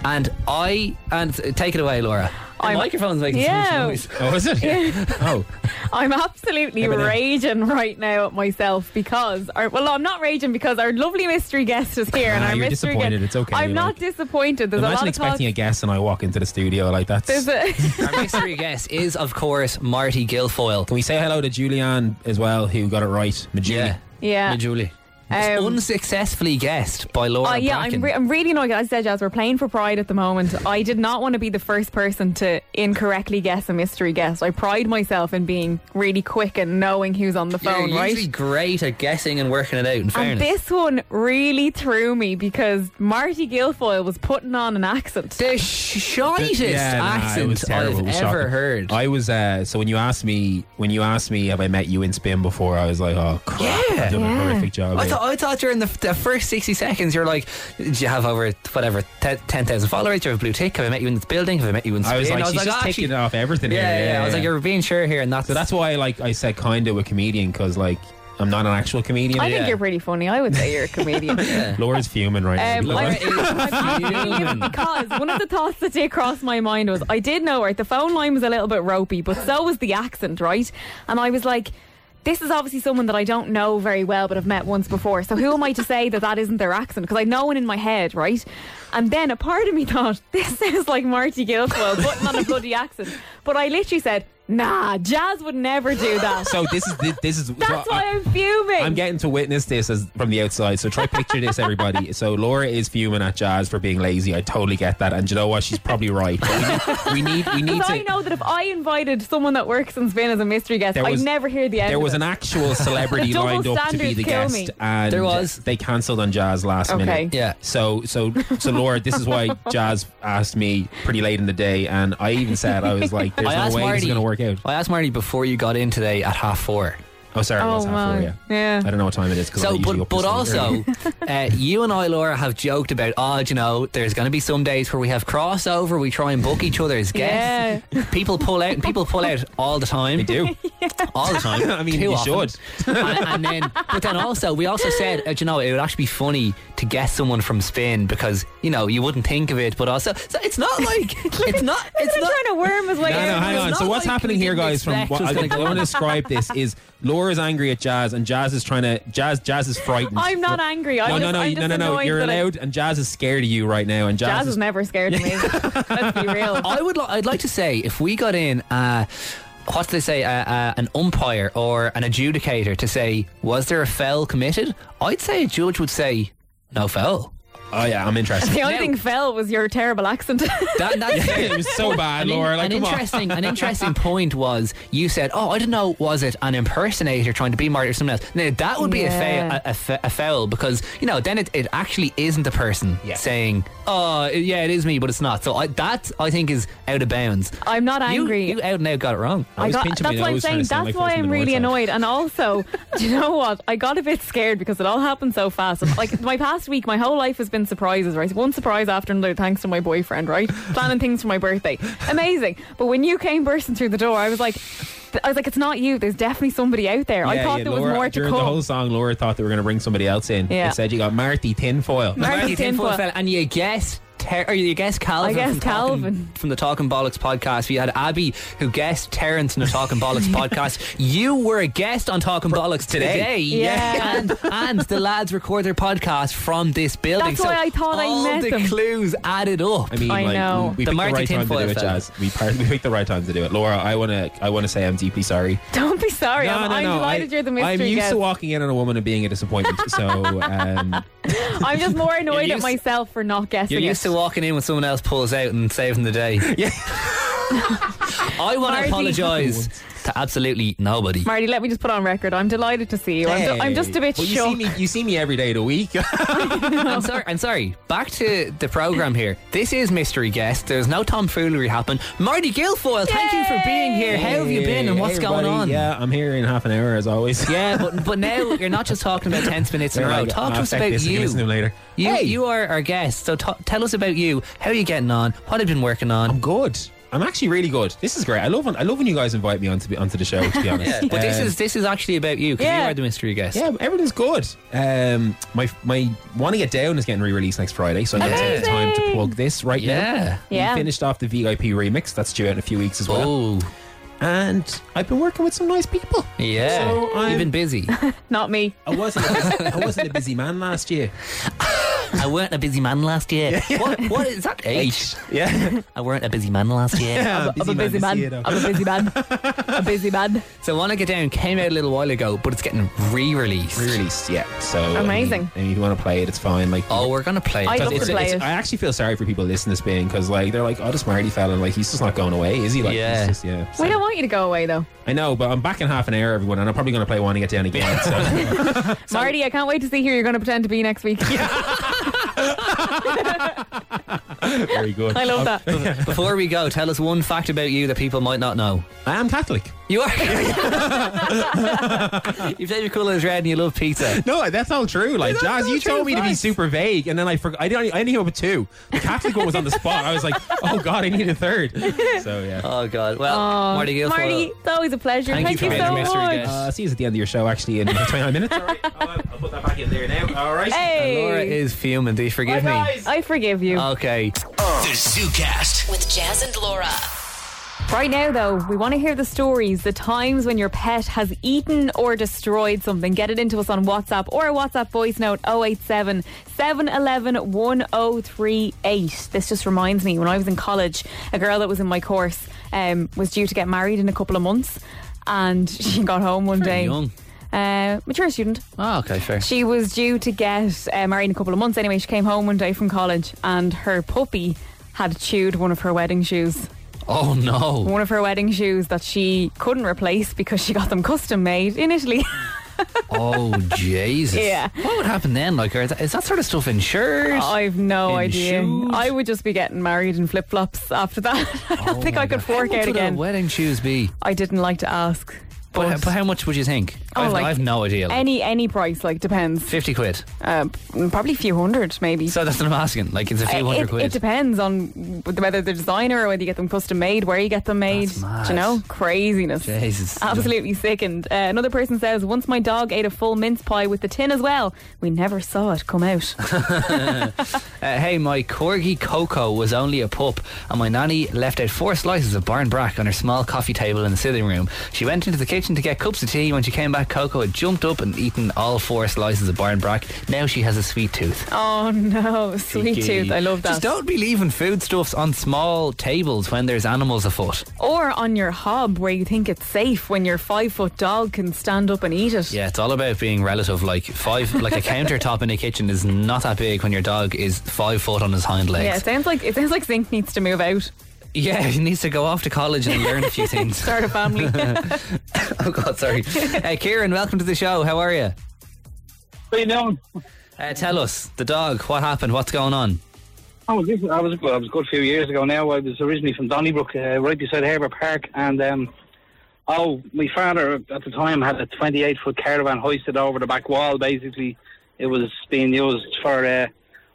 Speaker 2: And I and take it away, Laura. The
Speaker 3: I'm-
Speaker 2: microphone's making so much
Speaker 3: Yeah.
Speaker 2: noise.
Speaker 11: Oh, is it? Oh,
Speaker 3: I'm absolutely raging right now at myself because, or, well, I'm not raging because our lovely mystery guest is here, and
Speaker 11: Ah,
Speaker 3: our
Speaker 11: you're
Speaker 3: mystery
Speaker 11: disappointed.
Speaker 3: guest.
Speaker 11: It's okay,
Speaker 3: I'm
Speaker 11: like-
Speaker 3: not disappointed. There's a lot of
Speaker 11: imagine expecting a guest and I walk into the studio like that.
Speaker 3: talk. There's
Speaker 11: Can
Speaker 3: a-
Speaker 2: Our mystery guest is, of course, Marty Guilfoyle.
Speaker 11: we say hello to Julianne as well, who got it right? Majuli.
Speaker 3: yeah.
Speaker 2: Julie. It's
Speaker 3: Um,
Speaker 2: unsuccessfully guessed by Laura.
Speaker 3: Oh, yeah,
Speaker 2: Bracken.
Speaker 3: I'm, re- I'm really annoyed. As I said, Jazz, we're playing for pride at the moment. I did not want to be the first person to incorrectly guess a mystery guest. I pride myself in being really quick and knowing who's on the phone,
Speaker 2: You're
Speaker 3: right?
Speaker 2: usually great at guessing and working it out. In
Speaker 3: And
Speaker 2: fairness,
Speaker 3: this one really threw me because Marty Guilfoyle was putting on an accent.
Speaker 2: The shitest
Speaker 11: Yeah, nah, it was terrible. It was shocking. I was uh, so when you asked me when you asked me have I met you in spin before, I was like, oh crap, I've done a horrific job.
Speaker 2: I
Speaker 11: here.
Speaker 2: thought, I thought during the, the first 60 seconds, you're like, do you have over, whatever, te- 10,000 followers? Do you have a blue tick? Have I met you in this building? Have I met you in Spain?
Speaker 11: I was like, she's
Speaker 2: "Ah,
Speaker 11: just
Speaker 2: she-
Speaker 11: taking off everything.
Speaker 2: Yeah,
Speaker 11: here.
Speaker 2: yeah, I was like, you're being sure here, and that's
Speaker 11: so that's why, like, I said, kind of a comedian because, like, I'm not an actual comedian.
Speaker 3: I think you're pretty funny. I would say you're a comedian.
Speaker 11: Laura's fuming right now.
Speaker 3: Um,
Speaker 11: Laura-
Speaker 3: I- I'm asking you because one of the thoughts that did cross my mind was I did know right the phone line was a little bit ropey, but so was the accent, right? And I was like, this is obviously someone that I don't know very well, but I've met once before. So who am I to say that that isn't their accent? Because I know one in my head, right? And then a part of me thought this sounds like Marty Guilfoyle putting on a bloody accent, but I literally said, nah, Jazz would never do that.
Speaker 11: so this is this, this is.
Speaker 3: That's
Speaker 11: so
Speaker 3: why I'm fuming.
Speaker 11: I'm getting to witness this as from the outside. So try picture this, everybody. So Laura is fuming at Jazz for being lazy. I totally get that, and you know what? She's probably right. But we need we need, we need
Speaker 3: Because
Speaker 11: to.
Speaker 3: I know that if I invited someone that works in Spain as a mystery guest,
Speaker 11: There was-
Speaker 3: I'd never hear the end.
Speaker 11: There
Speaker 3: of
Speaker 11: was
Speaker 3: it.
Speaker 11: an actual celebrity
Speaker 3: The double
Speaker 11: lined up to be
Speaker 3: standards
Speaker 11: the
Speaker 3: kill
Speaker 11: guest,
Speaker 3: me.
Speaker 11: and
Speaker 2: There was.
Speaker 11: They cancelled on Jazz last
Speaker 3: Okay.
Speaker 11: minute.
Speaker 2: Yeah.
Speaker 11: So so so Laura, this is why Jazz asked me pretty late in the day, and I even said I was like, "There's
Speaker 2: I
Speaker 11: no
Speaker 2: asked
Speaker 11: way this
Speaker 2: Marty-
Speaker 11: is going to work out."
Speaker 2: I asked Marty before you got in today at half four.
Speaker 11: Oh, sorry, it was
Speaker 3: Oh,
Speaker 11: half
Speaker 3: my.
Speaker 11: four. Yeah.
Speaker 3: Yeah.
Speaker 11: I don't know what time it is because I
Speaker 2: So,
Speaker 11: usually
Speaker 2: but,
Speaker 11: up this
Speaker 2: but also,
Speaker 11: late early.
Speaker 2: uh, you and I, Laura, have joked about, oh, do you know, there's going to be some days where we have crossover, we try and book each other's guests. People pull out, and people pull out all the time.
Speaker 11: they do.
Speaker 2: all the time.
Speaker 11: I mean,
Speaker 2: Too
Speaker 11: you
Speaker 2: often.
Speaker 11: should.
Speaker 2: and, and then, but then also, we also said, uh, do you know, it would actually be funny to guess someone from Spain because you know you wouldn't think of it, but also, so it's not like it's not it's
Speaker 3: He's
Speaker 2: not.
Speaker 3: trying to worm his way
Speaker 11: No,
Speaker 3: in.
Speaker 11: no, hang
Speaker 2: It's
Speaker 11: on.
Speaker 2: not
Speaker 11: So what's
Speaker 2: like
Speaker 11: happening
Speaker 2: we
Speaker 11: here,
Speaker 2: didn't
Speaker 11: guys? From
Speaker 2: expect
Speaker 11: what
Speaker 2: was
Speaker 11: I,
Speaker 2: gonna
Speaker 11: I
Speaker 2: go
Speaker 11: want
Speaker 2: on.
Speaker 11: to describe this is Laura's angry at Jazz, and Jazz is trying to Jazz. Jazz is frightened.
Speaker 3: I'm not angry. I'm
Speaker 11: no,
Speaker 3: just,
Speaker 11: no, no,
Speaker 3: I'm
Speaker 11: no,
Speaker 3: just
Speaker 11: no, no.
Speaker 3: annoyed
Speaker 11: You're
Speaker 3: that I-
Speaker 11: allowed, and Jazz is scared of you right now, and Jazz,
Speaker 3: Jazz
Speaker 11: is
Speaker 3: was never scared of me. Let's be real.
Speaker 2: I would. Li- I'd like to say if we got in. Uh, what do they say? Uh, uh, an umpire or an adjudicator to say was there a foul committed? I'd say a judge would say no foul.
Speaker 11: Oh yeah, I'm
Speaker 3: The
Speaker 11: interested.
Speaker 3: only
Speaker 2: No.
Speaker 3: thing fell was your terrible accent.
Speaker 2: That, that's fair.
Speaker 11: it was so bad,
Speaker 2: An in-
Speaker 11: Laura.
Speaker 2: an
Speaker 11: Like, come on.
Speaker 2: interesting, an interesting point was you said, "Oh, I don't know, was it an impersonator trying to be Marty or someone else?" Now that would be
Speaker 3: Yeah.
Speaker 2: a, fa- a, fa- a foul because you know then it, it actually isn't the person
Speaker 11: Yeah.
Speaker 2: saying, "Oh, it- yeah, it is me," but it's not. So I, that I think is out of bounds.
Speaker 3: I'm not
Speaker 2: You-
Speaker 3: angry.
Speaker 2: You, out and out got it wrong.
Speaker 11: I was
Speaker 3: got-
Speaker 11: pinching my
Speaker 3: that's what I'm
Speaker 11: nose trying
Speaker 3: saying. That's
Speaker 11: to sound like
Speaker 3: why
Speaker 11: Fortune
Speaker 3: I'm really
Speaker 11: Northside.
Speaker 3: annoyed. And also, do you know what? I got a bit scared because it all happened so fast. And, Like my past week, my whole life has been surprises. Right, one surprise after another, thanks to my boyfriend. Right, planning things for my birthday, amazing. But when you came bursting through the door, I was like, I was like, it's not you. There's definitely somebody out there. I
Speaker 11: Yeah,
Speaker 3: thought
Speaker 11: yeah,
Speaker 3: there
Speaker 11: Laura,
Speaker 3: was more to
Speaker 11: during the
Speaker 3: come.
Speaker 11: whole song, Laura thought they were going to bring somebody else in.
Speaker 3: Yeah.
Speaker 11: It said you got Marty Tinfoil.
Speaker 3: Marty
Speaker 2: Marty
Speaker 3: Tinfoil.
Speaker 2: Tinfoil fell, and you guessed. Ter- or you guessed Calvin,
Speaker 3: I guessed
Speaker 2: from, Talking-
Speaker 3: Calvin.
Speaker 2: from the Talking Bollocks podcast. We had Abby who guessed Terrence in the Talking Bollocks podcast. You were a guest on Talking Bollocks today,
Speaker 3: Yeah.
Speaker 2: and, and the lads record their podcast from this building.
Speaker 3: That's
Speaker 2: so
Speaker 3: why I thought I
Speaker 2: all
Speaker 3: met
Speaker 2: the
Speaker 3: them.
Speaker 2: clues added up.
Speaker 11: I mean,
Speaker 3: I
Speaker 11: like,
Speaker 3: know.
Speaker 11: we, we
Speaker 2: The
Speaker 11: picked
Speaker 2: Marty
Speaker 11: the right time to
Speaker 2: Tinfoil
Speaker 11: do it,
Speaker 2: fell.
Speaker 11: Jazz. We, par- we picked the right time to do it. Laura, I want to I want to say I'm deeply sorry.
Speaker 3: Don't be sorry.
Speaker 11: no,
Speaker 3: I'm,
Speaker 11: no,
Speaker 3: I'm
Speaker 11: no.
Speaker 3: delighted
Speaker 11: I,
Speaker 3: you're the
Speaker 11: I'm
Speaker 3: mystery
Speaker 11: used
Speaker 3: guest.
Speaker 11: to walking in on a woman and being a disappointment. so, um,
Speaker 3: I'm just more annoyed
Speaker 2: You're
Speaker 3: at
Speaker 2: used-
Speaker 3: myself for not guessing.
Speaker 2: You're used
Speaker 3: it.
Speaker 2: to walking in when someone else pulls out and saving the day.
Speaker 11: Yeah.
Speaker 2: I want to
Speaker 3: Marty.
Speaker 2: apologise to absolutely nobody.
Speaker 3: Marty, let me just put on record. I'm delighted to see you. I'm, ju- I'm just a bit
Speaker 11: Well, you see
Speaker 3: shocked.
Speaker 11: me. You see me every day of the week.
Speaker 2: I'm sorry. I'm sorry. Back to the program here. This is mystery guest. There's no tomfoolery happen. Marty Guilfoyle, thank you for being here. How have you been, and what's
Speaker 11: Hey,
Speaker 2: going
Speaker 11: everybody.
Speaker 2: on?
Speaker 11: Yeah, I'm here in half an hour as always.
Speaker 2: Yeah, but but now you're not just talking about tense minutes in a row.
Speaker 11: Like,
Speaker 2: Talk
Speaker 11: I'll
Speaker 2: to us
Speaker 11: take
Speaker 2: about
Speaker 11: this and Listen
Speaker 2: you.
Speaker 11: to him later.
Speaker 2: You, you are our guest, so ta tell us about you. How are you getting on? What have you been working
Speaker 11: I'm
Speaker 2: on?
Speaker 11: good. I'm actually really good. This is great. I love when I love when you guys invite me onto the- onto the show. To be honest,
Speaker 2: But this
Speaker 11: Um,
Speaker 2: is this is actually about you because
Speaker 3: Yeah.
Speaker 2: you are the mystery guest.
Speaker 11: yeah, everything's good. Um, my my want to get down is getting re released next Friday, so I'm gonna take the time to
Speaker 3: Amazing.
Speaker 11: plug this right
Speaker 2: Yeah.
Speaker 11: now.
Speaker 3: Yeah.
Speaker 11: we finished off the VIP remix. That's due out in a few weeks as well.
Speaker 2: Oh,
Speaker 11: And I've been working with some nice people.
Speaker 2: yeah.
Speaker 11: So
Speaker 2: You've
Speaker 11: I'm-
Speaker 2: been busy.
Speaker 3: Not me.
Speaker 11: I wasn't I wasn't a busy man last year.
Speaker 2: I weren't a busy man last year. What, what is that? H. Yeah. I weren't a busy man last year.
Speaker 3: I'm, a- I'm a busy man. I'm a busy man. a busy man.
Speaker 2: So Wanna Get Down came out a little while ago, but it's getting re-released.
Speaker 11: Re-released, yeah. So I mean,
Speaker 3: Amazing.
Speaker 11: I mean, if you want to play it, it's fine. Like,
Speaker 2: oh, we're gonna play
Speaker 3: it. I'd love to play it.
Speaker 11: I actually feel sorry for people listening to this being because like they're like, oh, this Marty fella, like he's just not going away, is he? Like, he's
Speaker 2: Yeah.
Speaker 11: just- yeah.
Speaker 3: We don't want you to go away though.
Speaker 11: I know, but I'm back in half an hour, everyone, and I'm probably going to play one and get down again. So.
Speaker 3: Marty, I can't wait to see who you're going to pretend to be next week.
Speaker 11: Very good.
Speaker 3: I love that.
Speaker 2: Before we go, tell us one fact about you that people might not know.
Speaker 11: I am Catholic.
Speaker 2: You are. you say your colour is red and you love pizza.
Speaker 11: No, that's all true. Like,
Speaker 2: That's
Speaker 11: Jazz,
Speaker 2: all
Speaker 11: you
Speaker 2: true,
Speaker 11: told me to be
Speaker 2: facts.
Speaker 11: super vague, and then I forgot. I didn't. I only came up with two. The Catholic one was on the spot. I was like, oh god, I need a third. So yeah.
Speaker 2: Oh God! Well,
Speaker 3: Oh,
Speaker 2: Marty Gill.
Speaker 3: Marty, it's always a pleasure. Thank, you,
Speaker 2: being
Speaker 3: so
Speaker 2: the mystery
Speaker 3: much.
Speaker 2: guest.
Speaker 11: Uh, see you at the end of your show, actually, in 29 minutes. All right, I'll, uh, I'll put that back in there now. All right.
Speaker 3: Hey,
Speaker 2: Laura is fuming. Do you forgive me?
Speaker 3: I forgive you.
Speaker 2: Okay.
Speaker 1: The ZooCast.
Speaker 5: With Jazz and Laura.
Speaker 3: Right now, though, we want to hear the stories, the times when your pet has eaten or destroyed something. Get it into us on WhatsApp or a WhatsApp voice note 087 711 1038. This just reminds me when I was in college, a girl that was in my course um, was due to get married in a couple of months, and she got home one day.
Speaker 2: young.
Speaker 3: Uh, mature student.
Speaker 2: Oh, okay, fair.
Speaker 3: She was due to get uh, married in a couple of months anyway. She came home one day from college and her puppy had chewed one of her wedding shoes.
Speaker 2: Oh no!
Speaker 3: One of her wedding shoes that she couldn't replace because she got them custom made in Italy.
Speaker 2: Oh Jesus!
Speaker 3: Yeah. Oh,
Speaker 2: What would happen then? Like, are that, is that sort of stuff insured?
Speaker 3: I've no
Speaker 2: In
Speaker 3: idea.
Speaker 2: shoes?
Speaker 3: I would just be getting married in flip flops after that. I
Speaker 2: Oh
Speaker 3: don't think I could fork
Speaker 2: How much
Speaker 3: out
Speaker 2: would
Speaker 3: again.
Speaker 2: A wedding shoes be?
Speaker 3: I didn't like to ask.
Speaker 2: But, but how much would you think?
Speaker 3: Oh,
Speaker 2: I've,
Speaker 3: like
Speaker 2: I've no idea. Like,
Speaker 3: Any any price like depends.
Speaker 2: Fifty quid.
Speaker 3: Uh, probably a few hundred maybe.
Speaker 2: So that's what I'm asking. Like, it's a few hundred
Speaker 3: Uh, it,
Speaker 2: quid.
Speaker 3: it depends on whether they're designer or whether you get them custom made, where you get them made.
Speaker 2: That's mad.
Speaker 3: Do you know? Craziness.
Speaker 2: Jesus.
Speaker 3: Absolutely sickened. Uh, another person says, once my dog ate a full mince pie with the tin as well, we never saw it come out.
Speaker 2: Uh, hey, my corgi Coco was only a pup, and my nanny left out four slices of barn brack on her small coffee table in the sitting room. She went into the kitchen to get cups of tea. When she came back, Coco had jumped up and eaten all four slices of barn brack. Now she has a sweet tooth.
Speaker 3: oh no, sweet
Speaker 2: Cheeky.
Speaker 3: tooth. I love that.
Speaker 2: Just don't be leaving foodstuffs on small tables when there's animals afoot.
Speaker 3: or on your hob where you think it's safe when your five foot dog can stand up and eat it.
Speaker 2: Yeah, it's all about being relative. Like five, like a countertop in a kitchen is not that big when your dog is five foot on his hind legs.
Speaker 3: Yeah, it sounds like it sounds like Zinc needs to move out.
Speaker 2: Yeah, he needs to go off to college and learn a few things.
Speaker 3: Start a family.
Speaker 2: Oh God, sorry. uh, Kieran, welcome to the show. How are you?
Speaker 10: How you doing?
Speaker 2: Uh, tell us the dog. What happened? What's going on?
Speaker 10: Oh, this, I was well, I was a good few years ago now. I was originally from Donnybrook, uh, right beside Harbour Park, and um, oh, my father at the time had a 28 foot caravan hoisted over the back wall. Basically, it was being used for uh,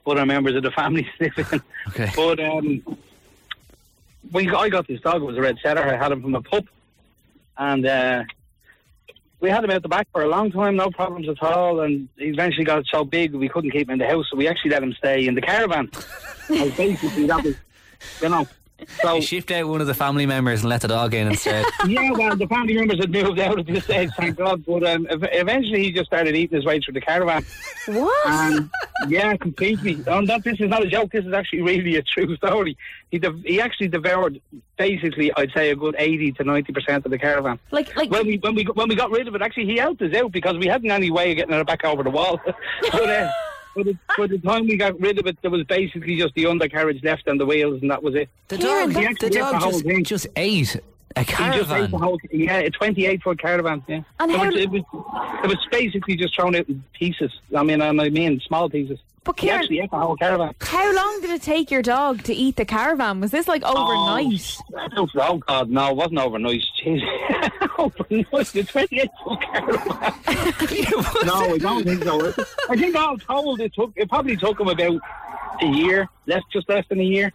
Speaker 10: other members of the family sleeping.
Speaker 2: Okay.
Speaker 10: But um, we I got this dog. It was a red setter. I had him from a pup, and uh, we had him out the back for a long time, no problems at all. And he eventually got so big we couldn't keep him in the house, so we actually let him stay in the caravan. and basically, that was, you know. So
Speaker 2: You shipped out one of the family members and let the dog in instead.
Speaker 10: yeah, well, the family members had moved out at this stage, thank God. But um, ev- eventually, he just started eating his way through the caravan.
Speaker 3: what?
Speaker 10: Um, yeah, completely. Um, that this is not a joke. This is actually really a true story. He dev he actually devoured basically, I'd say, a good eighty to ninety percent of the caravan.
Speaker 3: like like
Speaker 10: When we when we when we got rid of it, actually, he helped us out because we hadn't any way of getting it back over the wall. but uh, by, the, by the time we got rid of it, there was basically just the undercarriage left and the wheels, and that was it.
Speaker 2: The
Speaker 10: Kieran,
Speaker 2: dog,
Speaker 10: that's-
Speaker 2: the
Speaker 10: Yeah, the
Speaker 2: dog
Speaker 10: whole
Speaker 2: just,
Speaker 10: thing.
Speaker 2: just ate a
Speaker 10: He just ate
Speaker 2: caravan.
Speaker 10: the whole- yeah, a 28 foot caravan. Yeah.
Speaker 3: And
Speaker 10: it,
Speaker 3: how
Speaker 10: was,
Speaker 3: did-
Speaker 10: it, was, it was basically just thrown out in pieces. I mean, and I mean, small pieces.
Speaker 3: But
Speaker 10: He
Speaker 3: Kieran-
Speaker 10: actually ate the whole caravan.
Speaker 3: How long did it take your dog to eat the caravan? Was this like overnight?
Speaker 10: Oh, oh, God, no, it wasn't overnight. Jeez. overnight, the 28 foot caravan. no, I don't think so. I think all told, it took it probably took him about a year, less just less than a year.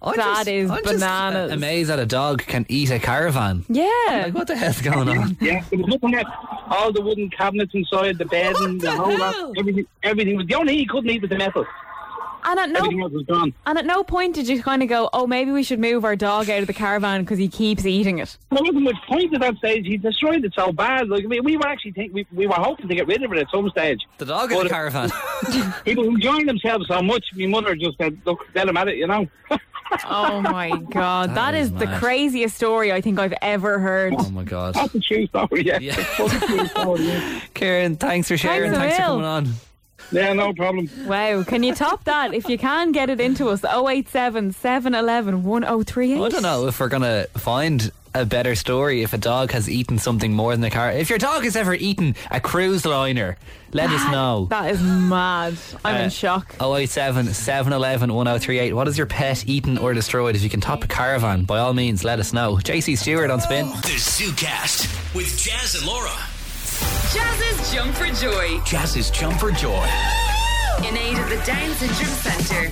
Speaker 2: I'm
Speaker 3: That
Speaker 2: just-
Speaker 3: is
Speaker 2: I'm just, uh, Oh
Speaker 3: bananas.
Speaker 2: amazed that a dog can eat a caravan.
Speaker 3: Yeah.
Speaker 2: Like, what the hell's going on?
Speaker 10: Yeah, there was nothing left. All the wooden cabinets inside, the bed, and the,
Speaker 3: What the
Speaker 10: whole
Speaker 3: hell?
Speaker 10: lot, everything, everything was. The only thing he couldn't eat was the metal.
Speaker 3: And at no,
Speaker 10: Everything else was gone.
Speaker 3: and at no point did you kind of go, oh, maybe we should move our dog out of the caravan because he keeps eating it.
Speaker 10: There wasn't much point at that stage. He destroyed it so bad. Like we, we were actually think, we, we were hoping to get rid of it at some stage.
Speaker 2: The dog in the caravan.
Speaker 10: he was enjoying himself so much. My mother just said, "Look, let him at it," you know.
Speaker 3: Oh my god,
Speaker 10: That
Speaker 3: that is,
Speaker 10: is
Speaker 3: the
Speaker 10: mad.
Speaker 3: craziest story I think I've ever heard. Oh
Speaker 2: my god,
Speaker 10: That's a true story. Yeah.
Speaker 2: Karen, thanks for sharing.
Speaker 3: Thanks
Speaker 2: Thanks,
Speaker 3: a
Speaker 2: for
Speaker 3: mil.
Speaker 2: coming on.
Speaker 10: Yeah, no problem.
Speaker 3: Wow, can you top that? If you can get it into us, 087 711 1038.
Speaker 2: I don't know if we're gonna find a better story if a dog has eaten something more than a car. If your dog has ever eaten a cruise liner, let us know.
Speaker 3: That is mad. I'm
Speaker 2: Uh,
Speaker 3: in shock.
Speaker 2: 087 711 1038. What has your pet eaten or destroyed? If you can top a caravan, by all means, let us know. JC Stewart on spin.
Speaker 3: Oh,
Speaker 1: The ZooCast with Jazz and Laura.
Speaker 13: Jazz's Jump for Joy
Speaker 1: Jazz's Jump for Joy.
Speaker 13: in aid of the Down Syndrome Centre.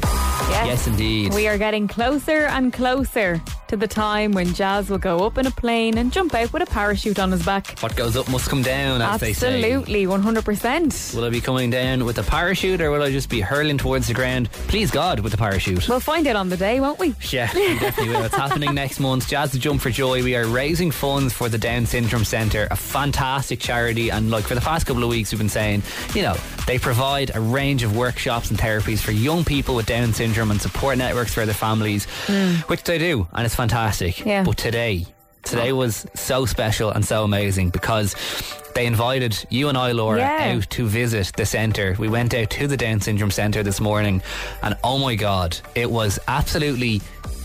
Speaker 3: Yes.
Speaker 2: Yes, indeed.
Speaker 3: We are getting closer and closer to the time when Jazz will go up in a plane and jump out with a parachute on his back.
Speaker 2: What goes up must come down, as they say.
Speaker 3: Absolutely, 100%.
Speaker 2: Will I be coming down with a parachute or will I just be hurling towards the ground? Please God, with a parachute.
Speaker 3: We'll find out on the day, won't we?
Speaker 2: Yeah, we definitely will. It's happening next month. Jazz the Jump for Joy. We are raising funds for the Down Syndrome Centre, a fantastic charity. And like for the past couple of weeks, we've been saying, you know, they provide a range of workshops and therapies for young people with Down syndrome and support networks for their families, which they do, and it's fantastic.
Speaker 3: Yeah.
Speaker 2: But today, today was so special and so amazing because. They invited you and I, Laura,
Speaker 3: Yeah.
Speaker 2: out to visit the centre. We went out to the Down Syndrome Centre this morning, and oh my God, it was absolutely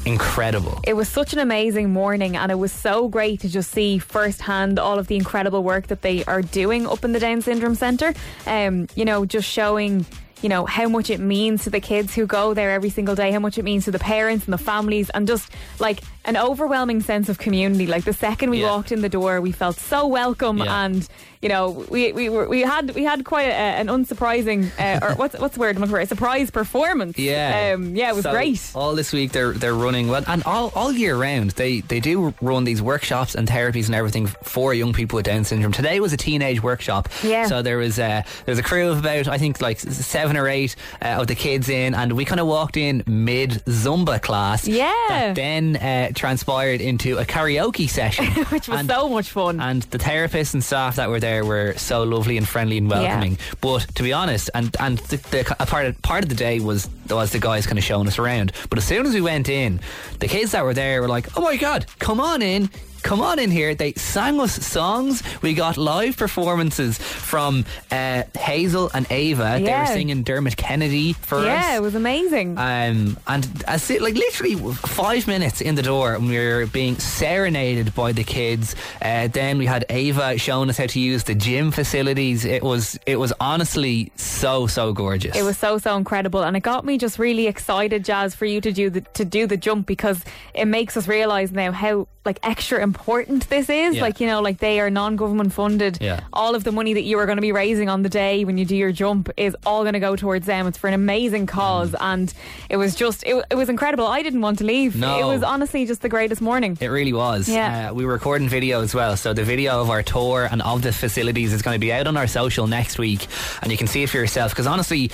Speaker 2: incredible.
Speaker 3: It was such an amazing morning, and it was so great to just see firsthand all of the incredible work that they are doing up in the Down Syndrome Centre. Um, you know, just showing. You know, how much it means to the kids who go there every single day, how much it means to the parents and the families, and just like an overwhelming sense of community. Like the second we
Speaker 14: Yeah.
Speaker 3: walked in the door, we felt so welcome,
Speaker 14: Yeah.
Speaker 3: and you know, we we, were, we had we had quite a, an unsurprising, uh, or what's what's the word? I'm looking for? A surprise performance.
Speaker 2: Yeah,
Speaker 3: um, yeah, it was
Speaker 2: So,
Speaker 3: great.
Speaker 2: All this week they're they're running well, and all, all year round they they do run these workshops and therapies and everything for young people with Down syndrome. Today was a teenage workshop,
Speaker 15: Yeah.
Speaker 2: So there was uh, there was a crew of about I think like s- seven or eight uh, of the kids in, and we kind of walked in mid Zumba class,
Speaker 3: Yeah.
Speaker 2: That then uh, transpired into a karaoke session,
Speaker 3: which was so much fun.
Speaker 2: And the therapists and staff that were there were so lovely and friendly and welcoming. But to be honest, and and the, the a part of, part of the day was was the guys kind of showing us around. But as soon as we went in, the kids that were there were like, "Oh my god, come on in." Come on in here. They sang us songs. We got live performances from uh, Hazel and Ava. They
Speaker 3: Yeah.
Speaker 2: were singing Dermot Kennedy for us.
Speaker 3: yeah, it was amazing.
Speaker 2: Um, and I see, like literally five minutes in the door, and we were being serenaded by the kids. Uh, then we had Ava showing us how to use the gym facilities. It was it was honestly so so gorgeous.
Speaker 3: It was so so incredible, and it got me just really excited, Jazz, for you to do the to do the jump because it makes us realize now how like extra important this is.
Speaker 14: Yeah.
Speaker 3: Like you know, like they are non government funded.
Speaker 14: Yeah.
Speaker 3: All of the money that you are going to be raising on the day when you do your jump is all going to go towards them. It's for an amazing cause, and it was just it, it was incredible. I didn't want to leave.
Speaker 2: No.
Speaker 3: It was honestly just the greatest morning.
Speaker 2: It really was.
Speaker 3: Yeah.
Speaker 2: Uh, we were recording video as well. So the video of our tour and of the facilities is going to be out on our social next week. And you can see it for yourself. Because honestly,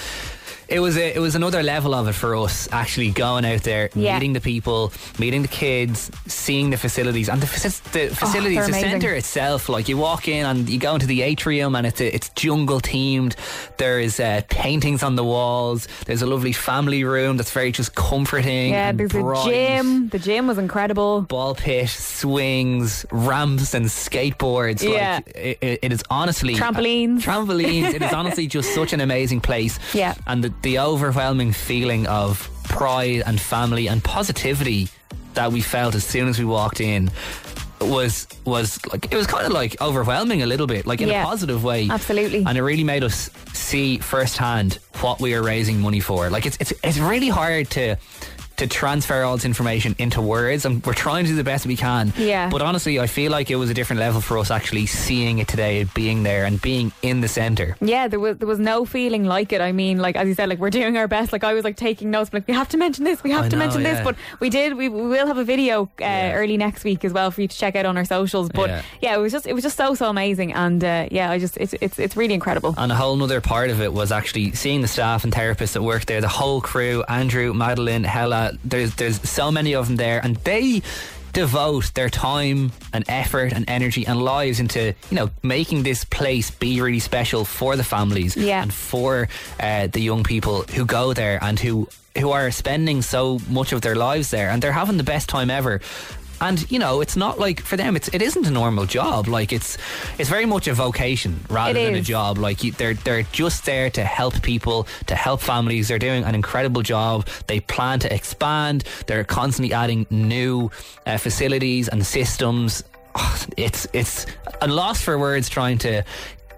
Speaker 2: it was a, it was another level of it for us actually going out there,
Speaker 3: Yeah.
Speaker 2: meeting the people, meeting the kids, seeing the facilities and the, faci- the facilities, the
Speaker 3: Oh, amazing.
Speaker 2: centre itself. Like you walk in and you go into the atrium and it's it's jungle themed. There is uh, paintings on the walls. There's a lovely family room that's very just comforting.
Speaker 3: Yeah,
Speaker 2: and
Speaker 3: there's
Speaker 2: bright
Speaker 3: a gym. The gym was incredible.
Speaker 2: ball pit, swings, ramps, and skateboards.
Speaker 3: Yeah.
Speaker 2: Like, it, it- it is honestly uh,
Speaker 3: Trampolines.
Speaker 2: trampolines. it is honestly just such an amazing place.
Speaker 3: Yeah.
Speaker 2: And the, the overwhelming feeling of pride and family and positivity that we felt as soon as we walked in was was like it was kind of like overwhelming a little bit like in
Speaker 3: Yeah.
Speaker 2: a positive way
Speaker 3: Absolutely.
Speaker 2: and it really made us see firsthand what we are raising money for like it's it's, it's really hard to to transfer all this information into words, and we're trying to do the best we can.
Speaker 3: Yeah.
Speaker 2: But honestly, I feel like it was a different level for us actually seeing it today, being there, and being in the center.
Speaker 3: Yeah, there was there was no feeling like it. I mean, like as you said, like we're doing our best. Like I was like taking notes, but like we have to mention this, we have
Speaker 2: I
Speaker 3: to
Speaker 2: know,
Speaker 3: mention this.
Speaker 2: yeah.
Speaker 3: But we did. We, we will have a video uh, early next week as well for you to check out on our socials. But
Speaker 2: Yeah.
Speaker 3: yeah, it was just it was just so so amazing, and uh, yeah, I just it's it's it's really incredible.
Speaker 2: And a whole nother part of it was actually seeing the staff and therapists that work there, the whole crew, Andrew, Madeline, Hella. There's there's so many of them there, and they devote their time and effort and energy and lives into you know making this place be really special for the families
Speaker 3: Yeah.
Speaker 2: and for uh, the young people who go there and who who are spending so much of their lives there and they're having the best time ever and you know it's not like for them it's it isn't a normal job like it's it's very much a vocation rather
Speaker 3: It
Speaker 2: than a
Speaker 3: is.
Speaker 2: job like you, they're they're just there to help people to help families they're doing an incredible job they plan to expand they're constantly adding new uh, facilities and systems Oh, it's it's a loss for words trying to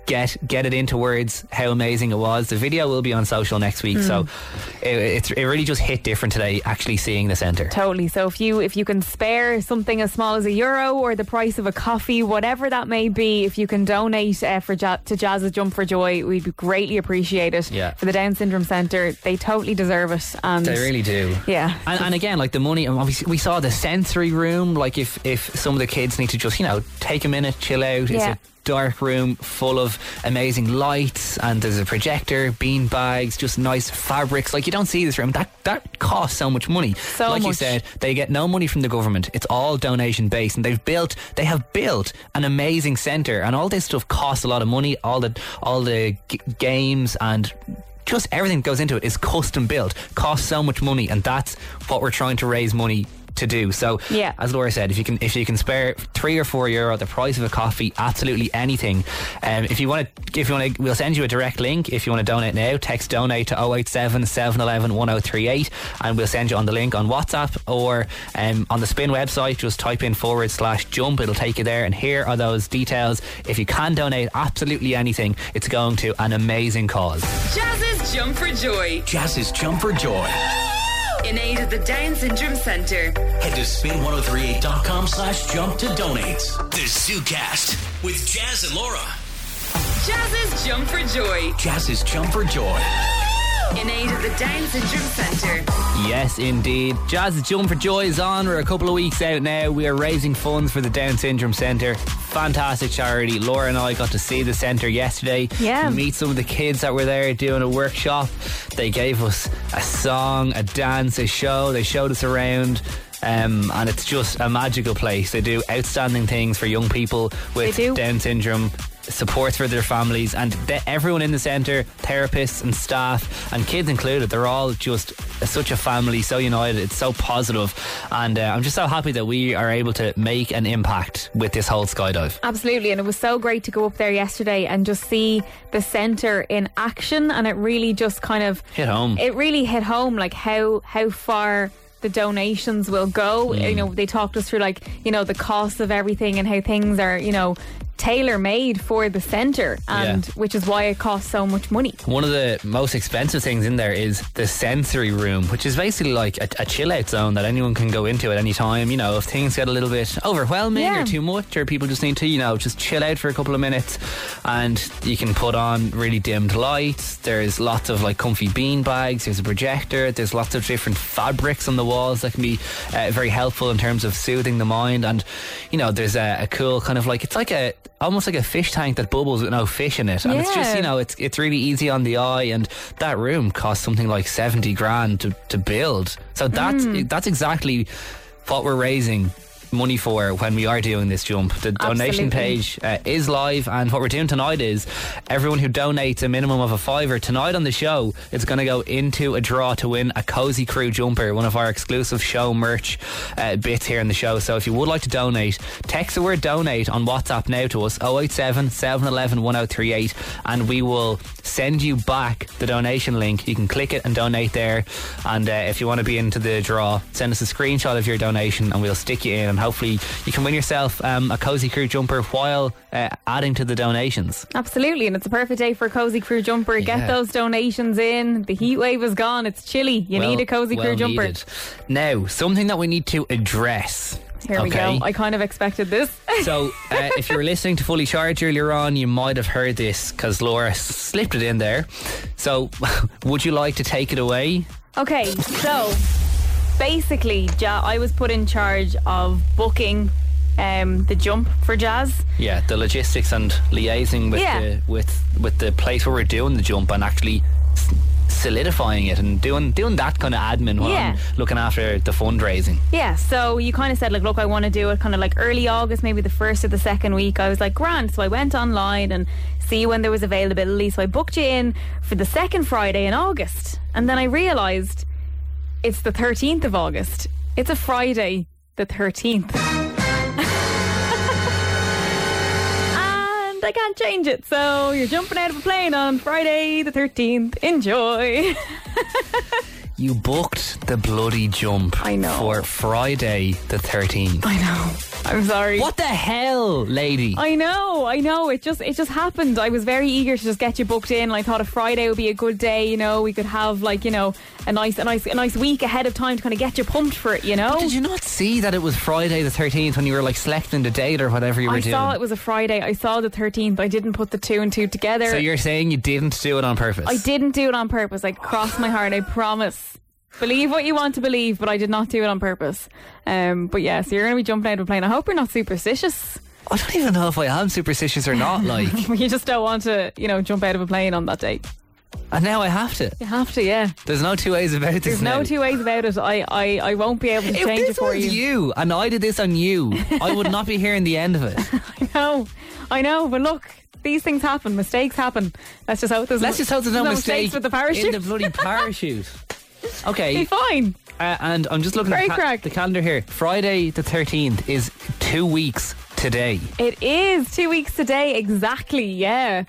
Speaker 2: get get it into words how amazing it was the video will be on social next week
Speaker 3: Hmm.
Speaker 2: so it, it's it really just hit different today actually seeing the center
Speaker 3: Totally. So if you if you can spare something as small as a euro or the price of a coffee, whatever that may be, if you can donate uh, for ja- to Jazz's Jump for Joy, we'd be greatly appreciate it.
Speaker 2: Yeah.
Speaker 3: For the Down Syndrome Centre, they totally deserve it. And
Speaker 2: They really do.
Speaker 3: Yeah.
Speaker 2: And, and again, like the money, and obviously we saw the sensory room. Like if if some of the kids need to just you know take a minute, chill out.
Speaker 3: Yeah.
Speaker 2: It's a dark room full of amazing lights, and there's a projector, bean bags, just nice fabrics. Like you don't see this room. That that costs so much money.
Speaker 3: So
Speaker 2: like you
Speaker 3: much.
Speaker 2: said, they get no money from the government. It's all donation based, and they've built they have built an amazing center, and all this stuff costs a lot of money. All the all the g- games and just everything that goes into it is custom built, costs so much money, and that's what we're trying to raise money to do. So
Speaker 3: Yeah.
Speaker 2: as Laura said, if you can if you can spare three or four euro, the price of a coffee, absolutely anything. Um, if you want to, if you want to, we'll send you a direct link. If you want to donate now, text donate to 087 711 1038 and we'll send you on the link on WhatsApp or um, on the Spin website. Just type in forward slash jump. It'll take you there. And here are those details. If you can donate absolutely anything, it's going to an amazing cause.
Speaker 6: Jazz's Jump for Joy.
Speaker 1: Jazz's Jump for Joy.
Speaker 6: In aid of the Down Syndrome Centre.
Speaker 1: Head to spin1038.com slash jump to donate. The ZooCast with Jazz and Laura.
Speaker 6: Jazz's Jump for Joy.
Speaker 1: Jazz's Jump for Joy.
Speaker 6: In aid of the Down Syndrome Centre.
Speaker 2: Yes, indeed. Jazz's Jump for Joy is on. We're a couple of weeks out now. We are raising funds for the Down Syndrome Centre. Fantastic charity. Laura and I got to see the centre yesterday.
Speaker 3: Yeah.
Speaker 2: Meet some of the kids that were there doing a workshop. They gave us a song, a dance, a show. They showed us around. Um, and it's just a magical place. They do outstanding things for young people with
Speaker 3: They do.
Speaker 2: Down syndrome, support for their families, and th- everyone in the centre, therapists and staff and kids included, they're all just such a family, so united. It's so positive, and uh, I'm just so happy that we are able to make an impact with this whole skydive.
Speaker 3: Absolutely, and it was so great to go up there yesterday and just see the centre in action, and it really just kind of
Speaker 2: Hit home.
Speaker 3: It really hit home, like how how far the donations will go.
Speaker 2: Mm.
Speaker 3: You know, they talked us through like you know the cost of everything and how things are you know tailor made for the centre, and
Speaker 2: Yeah.
Speaker 3: which is why it costs so much money.
Speaker 2: One of the most expensive things in there is the sensory room, which is basically like a, a chill out zone that anyone can go into at any time. You know, if things get a little bit overwhelming
Speaker 3: Yeah.
Speaker 2: or too much, or people just need to, you know, just chill out for a couple of minutes, and you can put on really dimmed lights. There's lots of like comfy bean bags. There's a projector. There's lots of different fabrics on the walls that can be uh, very helpful in terms of soothing the mind. And you know, there's a, a cool kind of like it's like a almost like a fish tank that bubbles with no fish in it, and it's just
Speaker 3: Yeah.
Speaker 2: you know know, it's it's really easy on the eye, and that room cost something like seventy grand to, to build. So that's that's exactly what we're raising money for when we are doing this jump. The donation
Speaker 3: Absolutely.
Speaker 2: page uh, is live, and what we're doing tonight is everyone who donates a minimum of a fiver tonight on the show, it's going to go into a draw to win a cozy crew jumper, one of our exclusive show merch uh, bits here in the show. So if you would like to donate, text the word donate on WhatsApp now to us 087 711 1038 and we will send you back the donation link. You can click it and donate there. And uh, if you want to be into the draw, send us a screenshot of your donation and we'll stick you in and hopefully you can win yourself um, a Cozy Crew jumper while uh, adding to the donations.
Speaker 3: Absolutely, and it's a perfect day for a cozy crew jumper.
Speaker 2: Yeah.
Speaker 3: Get those donations in. The heat wave is gone. It's chilly. You
Speaker 2: Well-
Speaker 3: need a cozy
Speaker 2: well
Speaker 3: crew jumper.
Speaker 2: needed. Now, something that we need to address.
Speaker 3: Here we
Speaker 2: okay?
Speaker 3: go. I kind of expected this.
Speaker 2: So, uh, if you were listening to Fully Charged earlier on, you might have heard this because Laura slipped it in there. So, would you like to take it away?
Speaker 3: Okay, so basically, ja- I was put in charge of booking um, the jump for Jazz.
Speaker 2: Yeah, the logistics and liaising with
Speaker 3: Yeah.
Speaker 2: the with with the place where we're doing the jump and actually s- solidifying it and doing doing that kind of admin while
Speaker 3: Yeah.
Speaker 2: I'm looking after the fundraising.
Speaker 3: Yeah, so you kind of said like, look, I want to do it kind of like early August, maybe the first or the second week. I was like, grand. So I went online and see when there was availability. So I booked you in for the second Friday in August, and then I realised it's the thirteenth of August. It's a Friday, the thirteenth. and I can't change it, so you're jumping out of a plane on Friday the 13th. Enjoy.
Speaker 2: You booked the bloody jump I know. for Friday the 13th.
Speaker 3: I know. I'm sorry.
Speaker 2: What the hell, lady?
Speaker 3: I know, I know. It just it just happened. I was very eager to just get you booked in. I thought a Friday would be a good day. You know, we could have like you know a nice a nice a nice week ahead of time to kind of get you pumped for it. You know.
Speaker 2: Did you not see that it was Friday the 13th when you were like selecting the date or whatever you were
Speaker 3: I
Speaker 2: doing?
Speaker 3: saw it was a Friday. I saw the 13th. I didn't put the two and two together.
Speaker 2: So you're saying you didn't do it on purpose?
Speaker 3: I didn't do it on purpose. I cross my heart. I promise. Believe what you want to believe, but I did not do it on purpose. Um, but yeah, so you're going to be jumping out of a plane. I hope you're not superstitious.
Speaker 2: I don't even know if I am superstitious or not. Like,
Speaker 3: you just don't want to, you know, jump out of a plane on that day.
Speaker 2: and now I have to.
Speaker 3: You have to, yeah.
Speaker 2: There's no two ways about this.
Speaker 3: There's
Speaker 2: now.
Speaker 3: no two ways about it. I, I, I won't be able to
Speaker 2: If
Speaker 3: change
Speaker 2: this
Speaker 3: it for
Speaker 2: was
Speaker 3: you.
Speaker 2: you and I did this on you, I would not be hearing the end of it.
Speaker 3: I know, I know. But look, these things happen. Mistakes happen. Let's just hope there's
Speaker 2: Let's
Speaker 3: no,
Speaker 2: just hope there's no, mistake
Speaker 3: mistakes with the parachute.
Speaker 2: in the bloody parachute. Okay,
Speaker 3: Be fine.
Speaker 2: Uh, and I'm just looking
Speaker 3: Very
Speaker 2: at the,
Speaker 3: correct.
Speaker 2: the calendar here. Friday the 13th is two weeks today.
Speaker 3: It is two weeks today exactly. Yeah,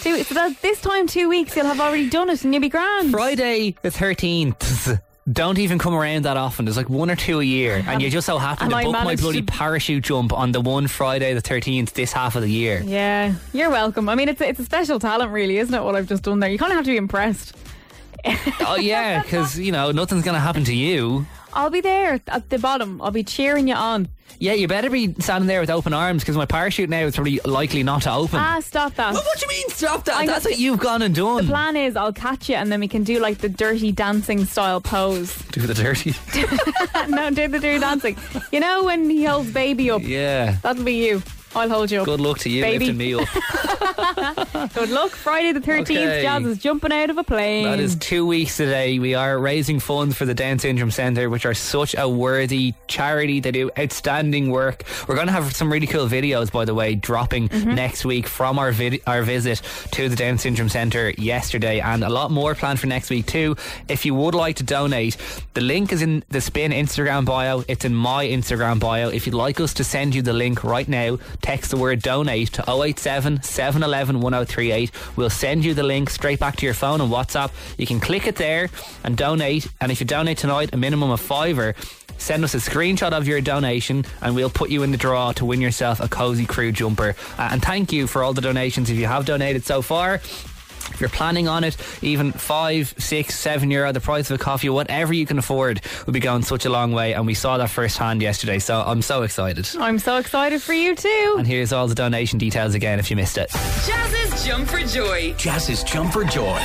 Speaker 3: two. So that this time two weeks you'll have already done it and you'll be grand.
Speaker 2: Friday the 13th. Don't even come around that often. There's like one or two a year, and you just so happen
Speaker 3: and
Speaker 2: to
Speaker 3: I
Speaker 2: book my
Speaker 3: managed
Speaker 2: bloody
Speaker 3: to-
Speaker 2: parachute jump on the one Friday the 13th this half of the year.
Speaker 3: Yeah, you're welcome. I mean, it's a, it's a special talent, really, isn't it? What I've just done there. You kind of have to be impressed.
Speaker 2: oh, yeah, because, you know, nothing's going to happen to you.
Speaker 3: I'll be there at the bottom. I'll be cheering you on.
Speaker 2: Yeah, you better be standing there with open arms because my parachute now is probably likely not to open.
Speaker 3: Ah, stop that.
Speaker 2: Well, what do you mean, stop that?
Speaker 3: I know-
Speaker 2: That's what you've gone and
Speaker 3: The
Speaker 2: done.
Speaker 3: plan is I'll catch you and then we can do like the dirty dancing style pose.
Speaker 2: Do the dirty.
Speaker 3: no, do the dirty dancing. You know when he holds baby up?
Speaker 2: Yeah.
Speaker 3: That'll be you. I'll hold you up.
Speaker 2: Good luck to you
Speaker 3: baby.
Speaker 2: lifting me up.
Speaker 3: Good luck. Friday the 13th,
Speaker 2: Okay.
Speaker 3: Jazz is jumping out of a plane.
Speaker 2: That is two weeks today. We are raising funds for the Down Syndrome Centre, which are such a worthy charity. They do outstanding work. We're going to have some really cool videos, by the way, dropping next week from our vid- our visit to the Down Syndrome Centre yesterday, and a lot more planned for next week too. If you would like to donate, the link is in the Spin Instagram bio. It's in my Instagram bio. If you'd like us to send you the link right now, text the word donate to 087 711 1038. We'll send you the link straight back to your phone and WhatsApp. You can click it there and donate. And if you donate tonight, a minimum of fiver, send us a screenshot of your donation and we'll put you in the draw to win yourself a Cozy Crew jumper. Uh, and thank you for all the donations if you have donated so far. If you're planning on it, even five, six, seven euro, the price of a coffee, whatever you can afford, will be going such a long way. And we saw that firsthand yesterday, so I'm so excited.
Speaker 3: I'm so excited for you too.
Speaker 2: And here's all the donation details again if you missed it.
Speaker 6: Jazz's Jump for Joy.
Speaker 1: Jazz's Jump for Joy.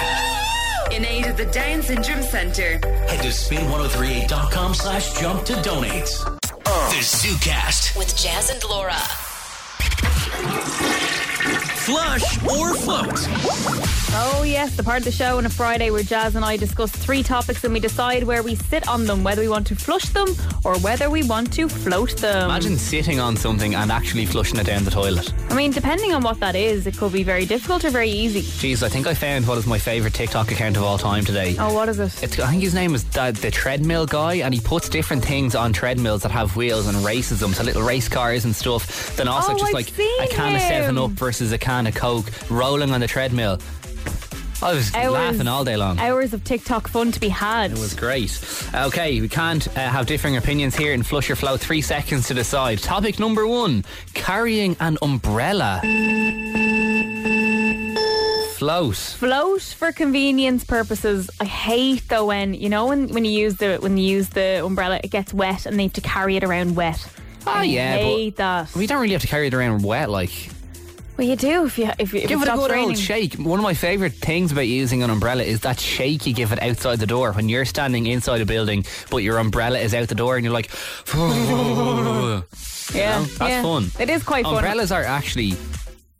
Speaker 6: In aid of the Down Syndrome Centre.
Speaker 1: Head to spin1038.com slash jump to donate. The ZooCast.
Speaker 5: With Jazz and Laura.
Speaker 1: Flush or float.
Speaker 3: Oh, yes, the part of the show on a Friday where Jazz and I discuss three topics and we decide where we sit on them, whether we want to flush them or whether we want to float them.
Speaker 2: Imagine sitting on something and actually flushing it down the toilet.
Speaker 3: I mean, depending on what that is, it could be very difficult or very easy.
Speaker 2: Jeez, I think I found what is my favourite TikTok account of all time today.
Speaker 3: Oh, what is it?
Speaker 2: It's, I think his name is the, the treadmill guy, and he puts different things on treadmills that have wheels and races them, so little race cars and stuff. Then also
Speaker 3: Oh,
Speaker 2: just
Speaker 3: I've
Speaker 2: like
Speaker 3: seen
Speaker 2: a can of
Speaker 3: him.
Speaker 2: Seven Up versus a can of Coke rolling on the treadmill. I was
Speaker 3: Hours-
Speaker 2: laughing all day long.
Speaker 3: Hours of TikTok fun to be had.
Speaker 2: It was great. Okay, we can't uh, have differing opinions here in Flush or Flow. Three seconds to decide. Topic number one carrying an umbrella. Float.
Speaker 3: Float for convenience purposes. I hate though when you know when, when you use the when you use the umbrella, it gets wet and they have to carry it around wet. Oh
Speaker 2: Ah,
Speaker 3: I
Speaker 2: yeah, but-
Speaker 3: hate that.
Speaker 2: We don't really have to carry it around wet, like.
Speaker 3: Well, you do if you if you if
Speaker 2: give it a
Speaker 3: stops
Speaker 2: good
Speaker 3: raining.
Speaker 2: old shake. One of my favourite things about using an umbrella is that shake you give it outside the door when you're standing inside a building, but your umbrella is out the door and you're like,
Speaker 3: Yeah,
Speaker 2: that's
Speaker 3: yeah.
Speaker 2: fun.
Speaker 3: It is quite fun.
Speaker 2: Umbrellas are actually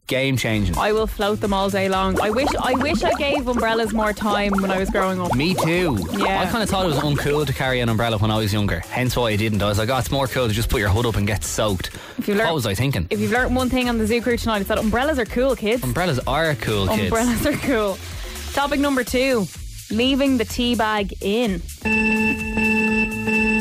Speaker 2: game changing.
Speaker 3: I will float them all day long. I wish I wish I gave umbrellas more time when I was growing up.
Speaker 2: Me too.
Speaker 3: Yeah.
Speaker 2: I kind of thought it was uncool to carry an umbrella when I was younger. Hence why I didn't. I was like, oh, it's more cool to just put your hood up and get soaked.
Speaker 3: If you learn-
Speaker 2: what was I thinking?
Speaker 3: If you've learnt one thing on the zoo crew tonight, it's that umbrellas are cool, kids.
Speaker 2: Umbrellas are cool, kids.
Speaker 3: Umbrellas are cool. Topic number two: leaving the tea bag in.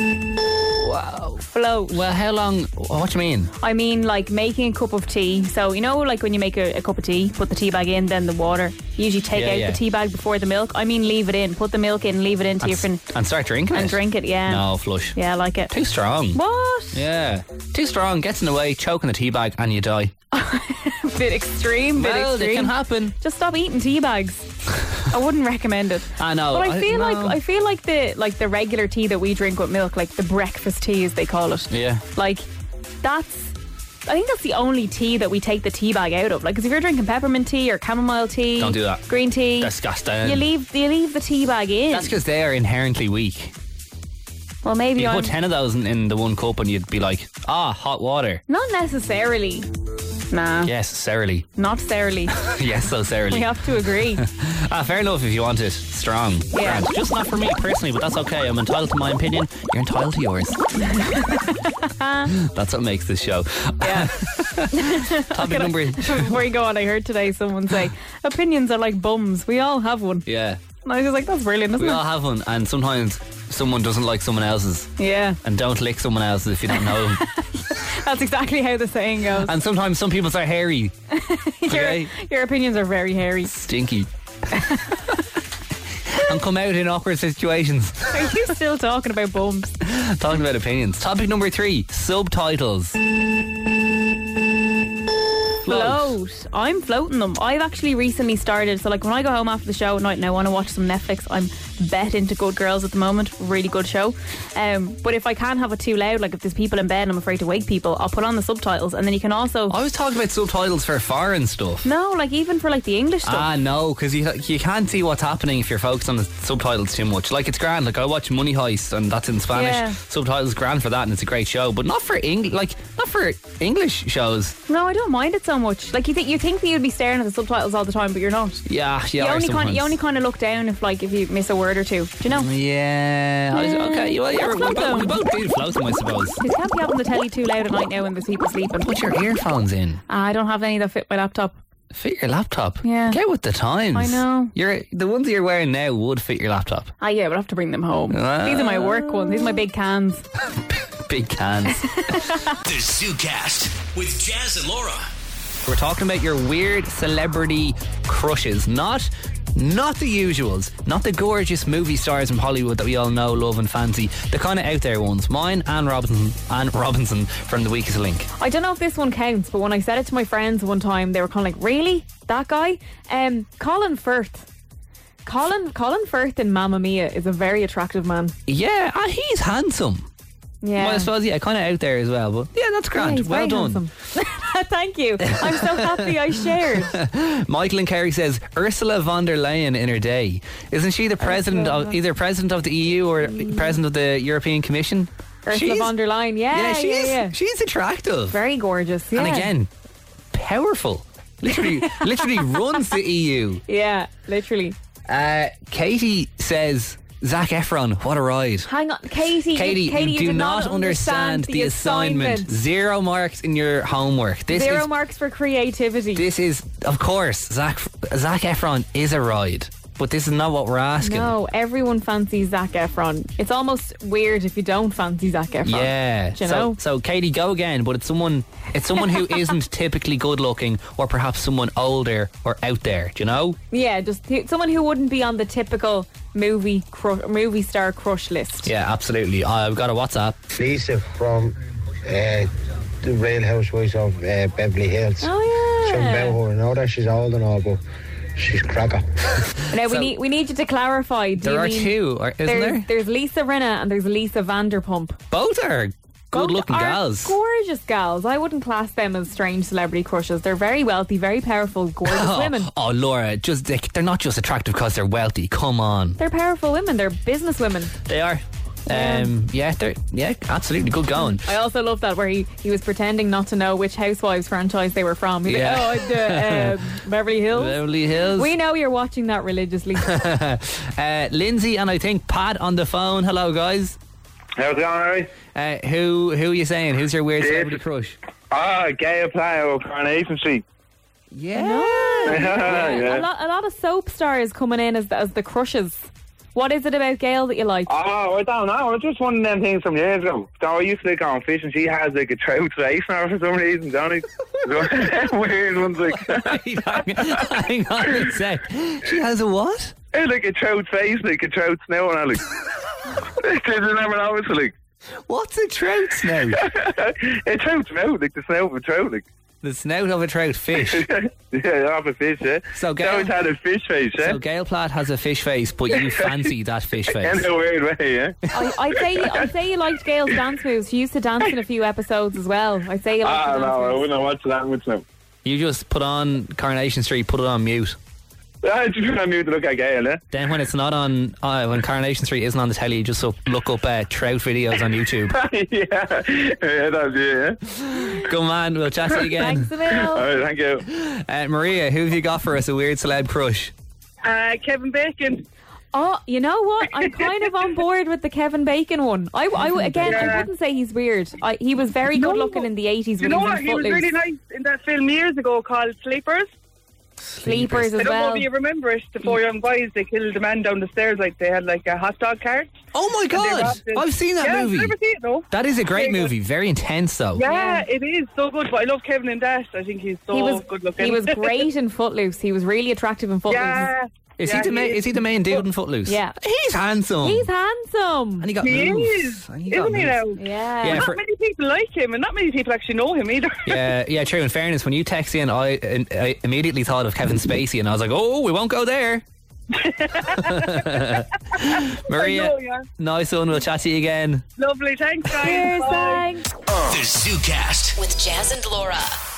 Speaker 3: Wow. Float.
Speaker 2: Well, how long? What do you mean?
Speaker 3: I mean, like making a cup of tea. So you know, like when you make a, a cup of tea, put the tea bag in, then the water. You usually take
Speaker 2: Yeah,
Speaker 3: out
Speaker 2: yeah.
Speaker 3: the tea bag before the milk. I mean, leave it in. Put the milk in. Leave it in till
Speaker 2: And,
Speaker 3: you
Speaker 2: s-
Speaker 3: fin-
Speaker 2: and start drinking
Speaker 3: and
Speaker 2: it.
Speaker 3: drink it. Yeah.
Speaker 2: No, flush.
Speaker 3: Yeah, I like it.
Speaker 2: Too strong.
Speaker 3: What?
Speaker 2: Yeah. Too strong, gets in the way, choking the tea bag, and you die.
Speaker 3: bit extreme. Bit
Speaker 2: Well, they
Speaker 3: extreme.
Speaker 2: can happen.
Speaker 3: Just stop eating tea bags. I wouldn't recommend it.
Speaker 2: I know.
Speaker 3: But I
Speaker 2: I-
Speaker 3: feel like
Speaker 2: no.
Speaker 3: I feel like the like the regular tea that we drink with milk, like the breakfast tea as they call it.
Speaker 2: Yeah.
Speaker 3: Like that's I think that's the only tea that we take the tea bag out of. Like, 'cause if you're drinking peppermint tea or chamomile tea,
Speaker 2: Don't do that.
Speaker 3: Green tea,
Speaker 2: Disgusting.
Speaker 3: You leave you leave the tea bag in.
Speaker 2: That's because they are inherently weak.
Speaker 3: well, maybe
Speaker 2: You
Speaker 3: I'm
Speaker 2: put 10 of those in, in the one cup, and you'd be like, ah, hot water.
Speaker 3: not necessarily. Nah,
Speaker 2: Yes, Cerily.
Speaker 3: not necessarily.
Speaker 2: yes, so Cerily.
Speaker 3: we have to agree.
Speaker 2: Ah, fair enough if you want it. Strong.
Speaker 3: Yeah.
Speaker 2: Grand. Just not for me personally, but that's okay. I'm entitled to my opinion. You're entitled to yours. that's what makes this show. Topic number.
Speaker 3: Before you go on, I heard today someone say opinions are like bums. We all have one.
Speaker 2: Yeah.
Speaker 3: And I was just like, that's brilliant, isn't
Speaker 2: We
Speaker 3: it?
Speaker 2: all have one, and sometimes someone doesn't like someone else's.
Speaker 3: yeah,
Speaker 2: And don't lick someone else's if you don't know them.
Speaker 3: that's exactly how the saying goes.
Speaker 2: and sometimes some people's are hairy, okay.
Speaker 3: Your, your opinions are very hairy.
Speaker 2: stinky, and come out in awkward situations.
Speaker 3: Are you still talking about bums?
Speaker 2: Talking about opinions. Topic number three subtitles.
Speaker 3: Float. I'm floating them. I've actually recently started. So, like, when I go home after the show at night and I want to watch some Netflix, I'm bet into Good Girls at the moment. Really good show. Um, but if I can't have it too loud, like if there's people in bed and I'm afraid to wake people, I'll put on the subtitles. And then you can also.
Speaker 2: I was talking about subtitles for foreign stuff.
Speaker 3: No, like even for like the English stuff.
Speaker 2: Ah, no, because you, you can't see what's happening if you're focused on the subtitles too much. Like, it's grand. Like, I watch Money Heist, and that's in Spanish.
Speaker 3: Yeah.
Speaker 2: Subtitles grand for that, and it's a great show. But not for English, like, not for English shows.
Speaker 3: No, I don't mind it so much. Like you think you think that you'd be staring at the subtitles all the time, but you're not.
Speaker 2: Yeah, yeah.
Speaker 3: you
Speaker 2: or
Speaker 3: only kind
Speaker 2: sometimes. Mm.
Speaker 3: you only kind of look down if like if you miss a word or two. Do you know?
Speaker 2: Yeah. I was-
Speaker 3: Yeah.
Speaker 2: okay. Well, yeah, we,
Speaker 3: Float
Speaker 2: both,
Speaker 3: them.
Speaker 2: we both do float them, I suppose.
Speaker 3: It can't be having the telly too loud at night now when there's people sleeping. Ah,
Speaker 2: Put your earphones in.
Speaker 3: I don't have any that fit my laptop.
Speaker 2: Fit your laptop.
Speaker 3: Yeah.
Speaker 2: Get with the times.
Speaker 3: I know.
Speaker 2: You're the ones you're wearing now would fit your laptop.
Speaker 3: Ah, yeah, we'll have to bring them home.
Speaker 2: Ah.
Speaker 3: These are my work ones. These are my big cans.
Speaker 2: Big cans.
Speaker 1: The ZooCast with Jazz and Laura.
Speaker 2: We're talking about your weird celebrity crushes, not not the usuals, not the gorgeous movie stars from Hollywood that we all know, love, and fancy. The kind of out there ones. Mine, Anne Robinson, Anne Robinson from The Weakest Link.
Speaker 3: I don't know if this one counts, but when I said it to my friends one time, they were kind of like, "Really, that guy?" Um, Colin Firth. Colin Colin Firth in Mamma Mia is a very attractive man.
Speaker 2: Yeah, ah, he's handsome.
Speaker 3: Yeah.
Speaker 2: Well, I suppose yeah, kind of out there as well. But yeah, that's grand.
Speaker 3: he's
Speaker 2: well
Speaker 3: very
Speaker 2: done.
Speaker 3: handsome. Thank you. I'm so happy I shared.
Speaker 2: Michael and Kerry says Ursula von der Leyen in her day. Isn't she the president of either president of the EU or president of the European Commission?
Speaker 3: Ursula
Speaker 2: She's-
Speaker 3: von der Leyen. Yeah,
Speaker 2: yeah,
Speaker 3: yeah,
Speaker 2: she's
Speaker 3: yeah.
Speaker 2: she's attractive.
Speaker 3: Very gorgeous. Yeah.
Speaker 2: And again, powerful. Literally, literally runs the EU.
Speaker 3: Yeah, literally.
Speaker 2: Uh, Katie says Zach Efron, what a ride.
Speaker 3: Hang on, Katie.
Speaker 2: Katie,
Speaker 3: Katie
Speaker 2: you do
Speaker 3: did
Speaker 2: not understand the assignment. Zero marks in your homework. This
Speaker 3: Zero
Speaker 2: is
Speaker 3: marks for creativity.
Speaker 2: this is of course Zach Zach Efron is a ride. But this is not what we're asking.
Speaker 3: No, everyone fancies Zac Efron. It's almost weird if you don't fancy Zac Efron.
Speaker 2: Yeah.
Speaker 3: Do you
Speaker 2: so,
Speaker 3: know?
Speaker 2: so Katie, go again, but it's someone it's someone who isn't typically good looking or perhaps someone older or out there, do you know?
Speaker 3: Yeah, just th- someone who wouldn't be on the typical movie cru- movie star crush list.
Speaker 2: Yeah, absolutely. I've got a WhatsApp.
Speaker 16: Lisa from uh, the Real Housewives of uh, Beverly Hills.
Speaker 3: Oh
Speaker 16: Something
Speaker 3: yeah.
Speaker 16: about her and all that. She's old and all, but she's cracker.
Speaker 3: Now we
Speaker 2: So-
Speaker 3: need we need you to clarify. Do
Speaker 2: There
Speaker 3: you
Speaker 2: are
Speaker 3: mean
Speaker 2: two, or- isn't
Speaker 3: there's,
Speaker 2: there?
Speaker 3: There's Lisa Rinna and there's Lisa Vanderpump.
Speaker 2: Both are good looking
Speaker 3: Are
Speaker 2: gals.
Speaker 3: Gorgeous gals. I wouldn't class them as strange celebrity crushes. They're very wealthy, very powerful, gorgeous
Speaker 2: oh,
Speaker 3: women.
Speaker 2: oh, Laura, just they, they're not just attractive because they're wealthy. Come on,
Speaker 3: They're powerful women. They're business women.
Speaker 2: they are. Um, yeah, they're yeah, absolutely good going.
Speaker 3: I also love that where he, he was pretending not to know which Housewives franchise they were from. He's
Speaker 2: Yeah.
Speaker 3: like, oh, the, uh, Beverly Hills.
Speaker 2: Beverly Hills.
Speaker 3: We know you're watching that religiously.
Speaker 2: uh, Lindsay and I think Pat on the phone. Hello, guys.
Speaker 10: How's it going, Harry?
Speaker 2: Uh, who who are you saying? Who's your weird celebrity crush?
Speaker 10: Ah, Gaia Player or Coronation Street.
Speaker 2: Yeah.
Speaker 3: Yeah,
Speaker 10: Yeah.
Speaker 3: A, lot, a lot of soap stars coming in as the, as the crushes. What is it about Gail that you like?
Speaker 10: Oh, I don't know. It's just one of them things from years ago. So I used to like on fish, and she has like a trout race now for some reason, don't it? Weird ones like.
Speaker 2: Hang on a sec. She has a what?
Speaker 10: It's like a trout face, like a trout snow, and I like. It doesn't ever know it's like.
Speaker 2: What's a trout snow?
Speaker 10: a trout snow, like the snow of a trout, like.
Speaker 2: The snout of a trout fish.
Speaker 10: yeah, off a fish, yeah. So Gail had a fish face, yeah.
Speaker 2: So Gail Platt has a fish face, but you fancy that fish face.
Speaker 10: In a weird way, yeah.
Speaker 3: I, I'd, say, I'd say you liked Gail's dance moves. She used to dance in a few episodes as well. I'd say you liked
Speaker 10: Ah,
Speaker 3: her dance
Speaker 10: no, I
Speaker 3: moves.
Speaker 10: wouldn't watch that much now.
Speaker 2: You just put on Coronation Street, put it on mute.
Speaker 10: I just want to look at Gail, eh?
Speaker 2: Then when it's not on, uh, when Coronation Street isn't on the telly, you just up, look up uh, trout videos on YouTube.
Speaker 10: yeah, yeah, that'd be it. yeah.
Speaker 2: Go man, we'll chat to you again.
Speaker 3: Thanks a
Speaker 6: Oh.
Speaker 3: little.
Speaker 10: All right, thank you.
Speaker 2: Uh, Maria, who have you got for us? A weird celeb crush.
Speaker 3: Uh, Kevin Bacon. Oh, you know what? I'm kind of on board with the Kevin Bacon one. I, I again, I
Speaker 6: Yeah.
Speaker 3: wouldn't say he's weird. I, he was very good looking in the 80s.
Speaker 6: You
Speaker 3: when
Speaker 6: know
Speaker 3: he was
Speaker 6: what?
Speaker 3: in
Speaker 6: He was
Speaker 3: Footloose.
Speaker 6: really nice in that film years ago called Sleepers.
Speaker 3: Sleepers as
Speaker 6: I don't know
Speaker 3: well.
Speaker 6: if you remember it. The four young boys they killed a man down the stairs. Like they had like a hot dog cart.
Speaker 2: Oh my
Speaker 6: And they
Speaker 2: god,
Speaker 6: robbed his-
Speaker 2: I've seen that
Speaker 6: yeah,
Speaker 2: movie.
Speaker 6: I've never seen it though.
Speaker 2: That is a great
Speaker 6: Very good.
Speaker 2: movie. Very intense though.
Speaker 6: Yeah, it is so good. But I love Kevin in that. I think he's so
Speaker 3: he was
Speaker 6: good looking.
Speaker 3: He was great in Footloose. He was really attractive in Footloose.
Speaker 6: Yeah.
Speaker 2: Is
Speaker 6: Yeah,
Speaker 2: he the
Speaker 6: he
Speaker 2: ma-
Speaker 6: is.
Speaker 2: is he the main dude in Footloose?
Speaker 3: Yeah.
Speaker 2: He's handsome.
Speaker 3: He's handsome.
Speaker 2: And he got
Speaker 6: He
Speaker 2: moves.
Speaker 6: is,
Speaker 2: And
Speaker 6: isn't
Speaker 2: he
Speaker 6: he
Speaker 2: got
Speaker 6: now?
Speaker 2: moves.
Speaker 3: Yeah.
Speaker 2: Yeah,
Speaker 6: not
Speaker 2: for-
Speaker 6: many people like him, and not many people actually know him either.
Speaker 2: yeah, yeah, true. In fairness, when you text in, I, I immediately thought of Kevin Spacey, and I was like, "Oh, we won't go there." Maria,
Speaker 6: I know, yeah.
Speaker 2: nice one. We'll chat to you again.
Speaker 6: Lovely, thanks guys.
Speaker 1: Cheers,
Speaker 6: Bye.
Speaker 1: The ZooCast.
Speaker 5: With Jazz and Laura.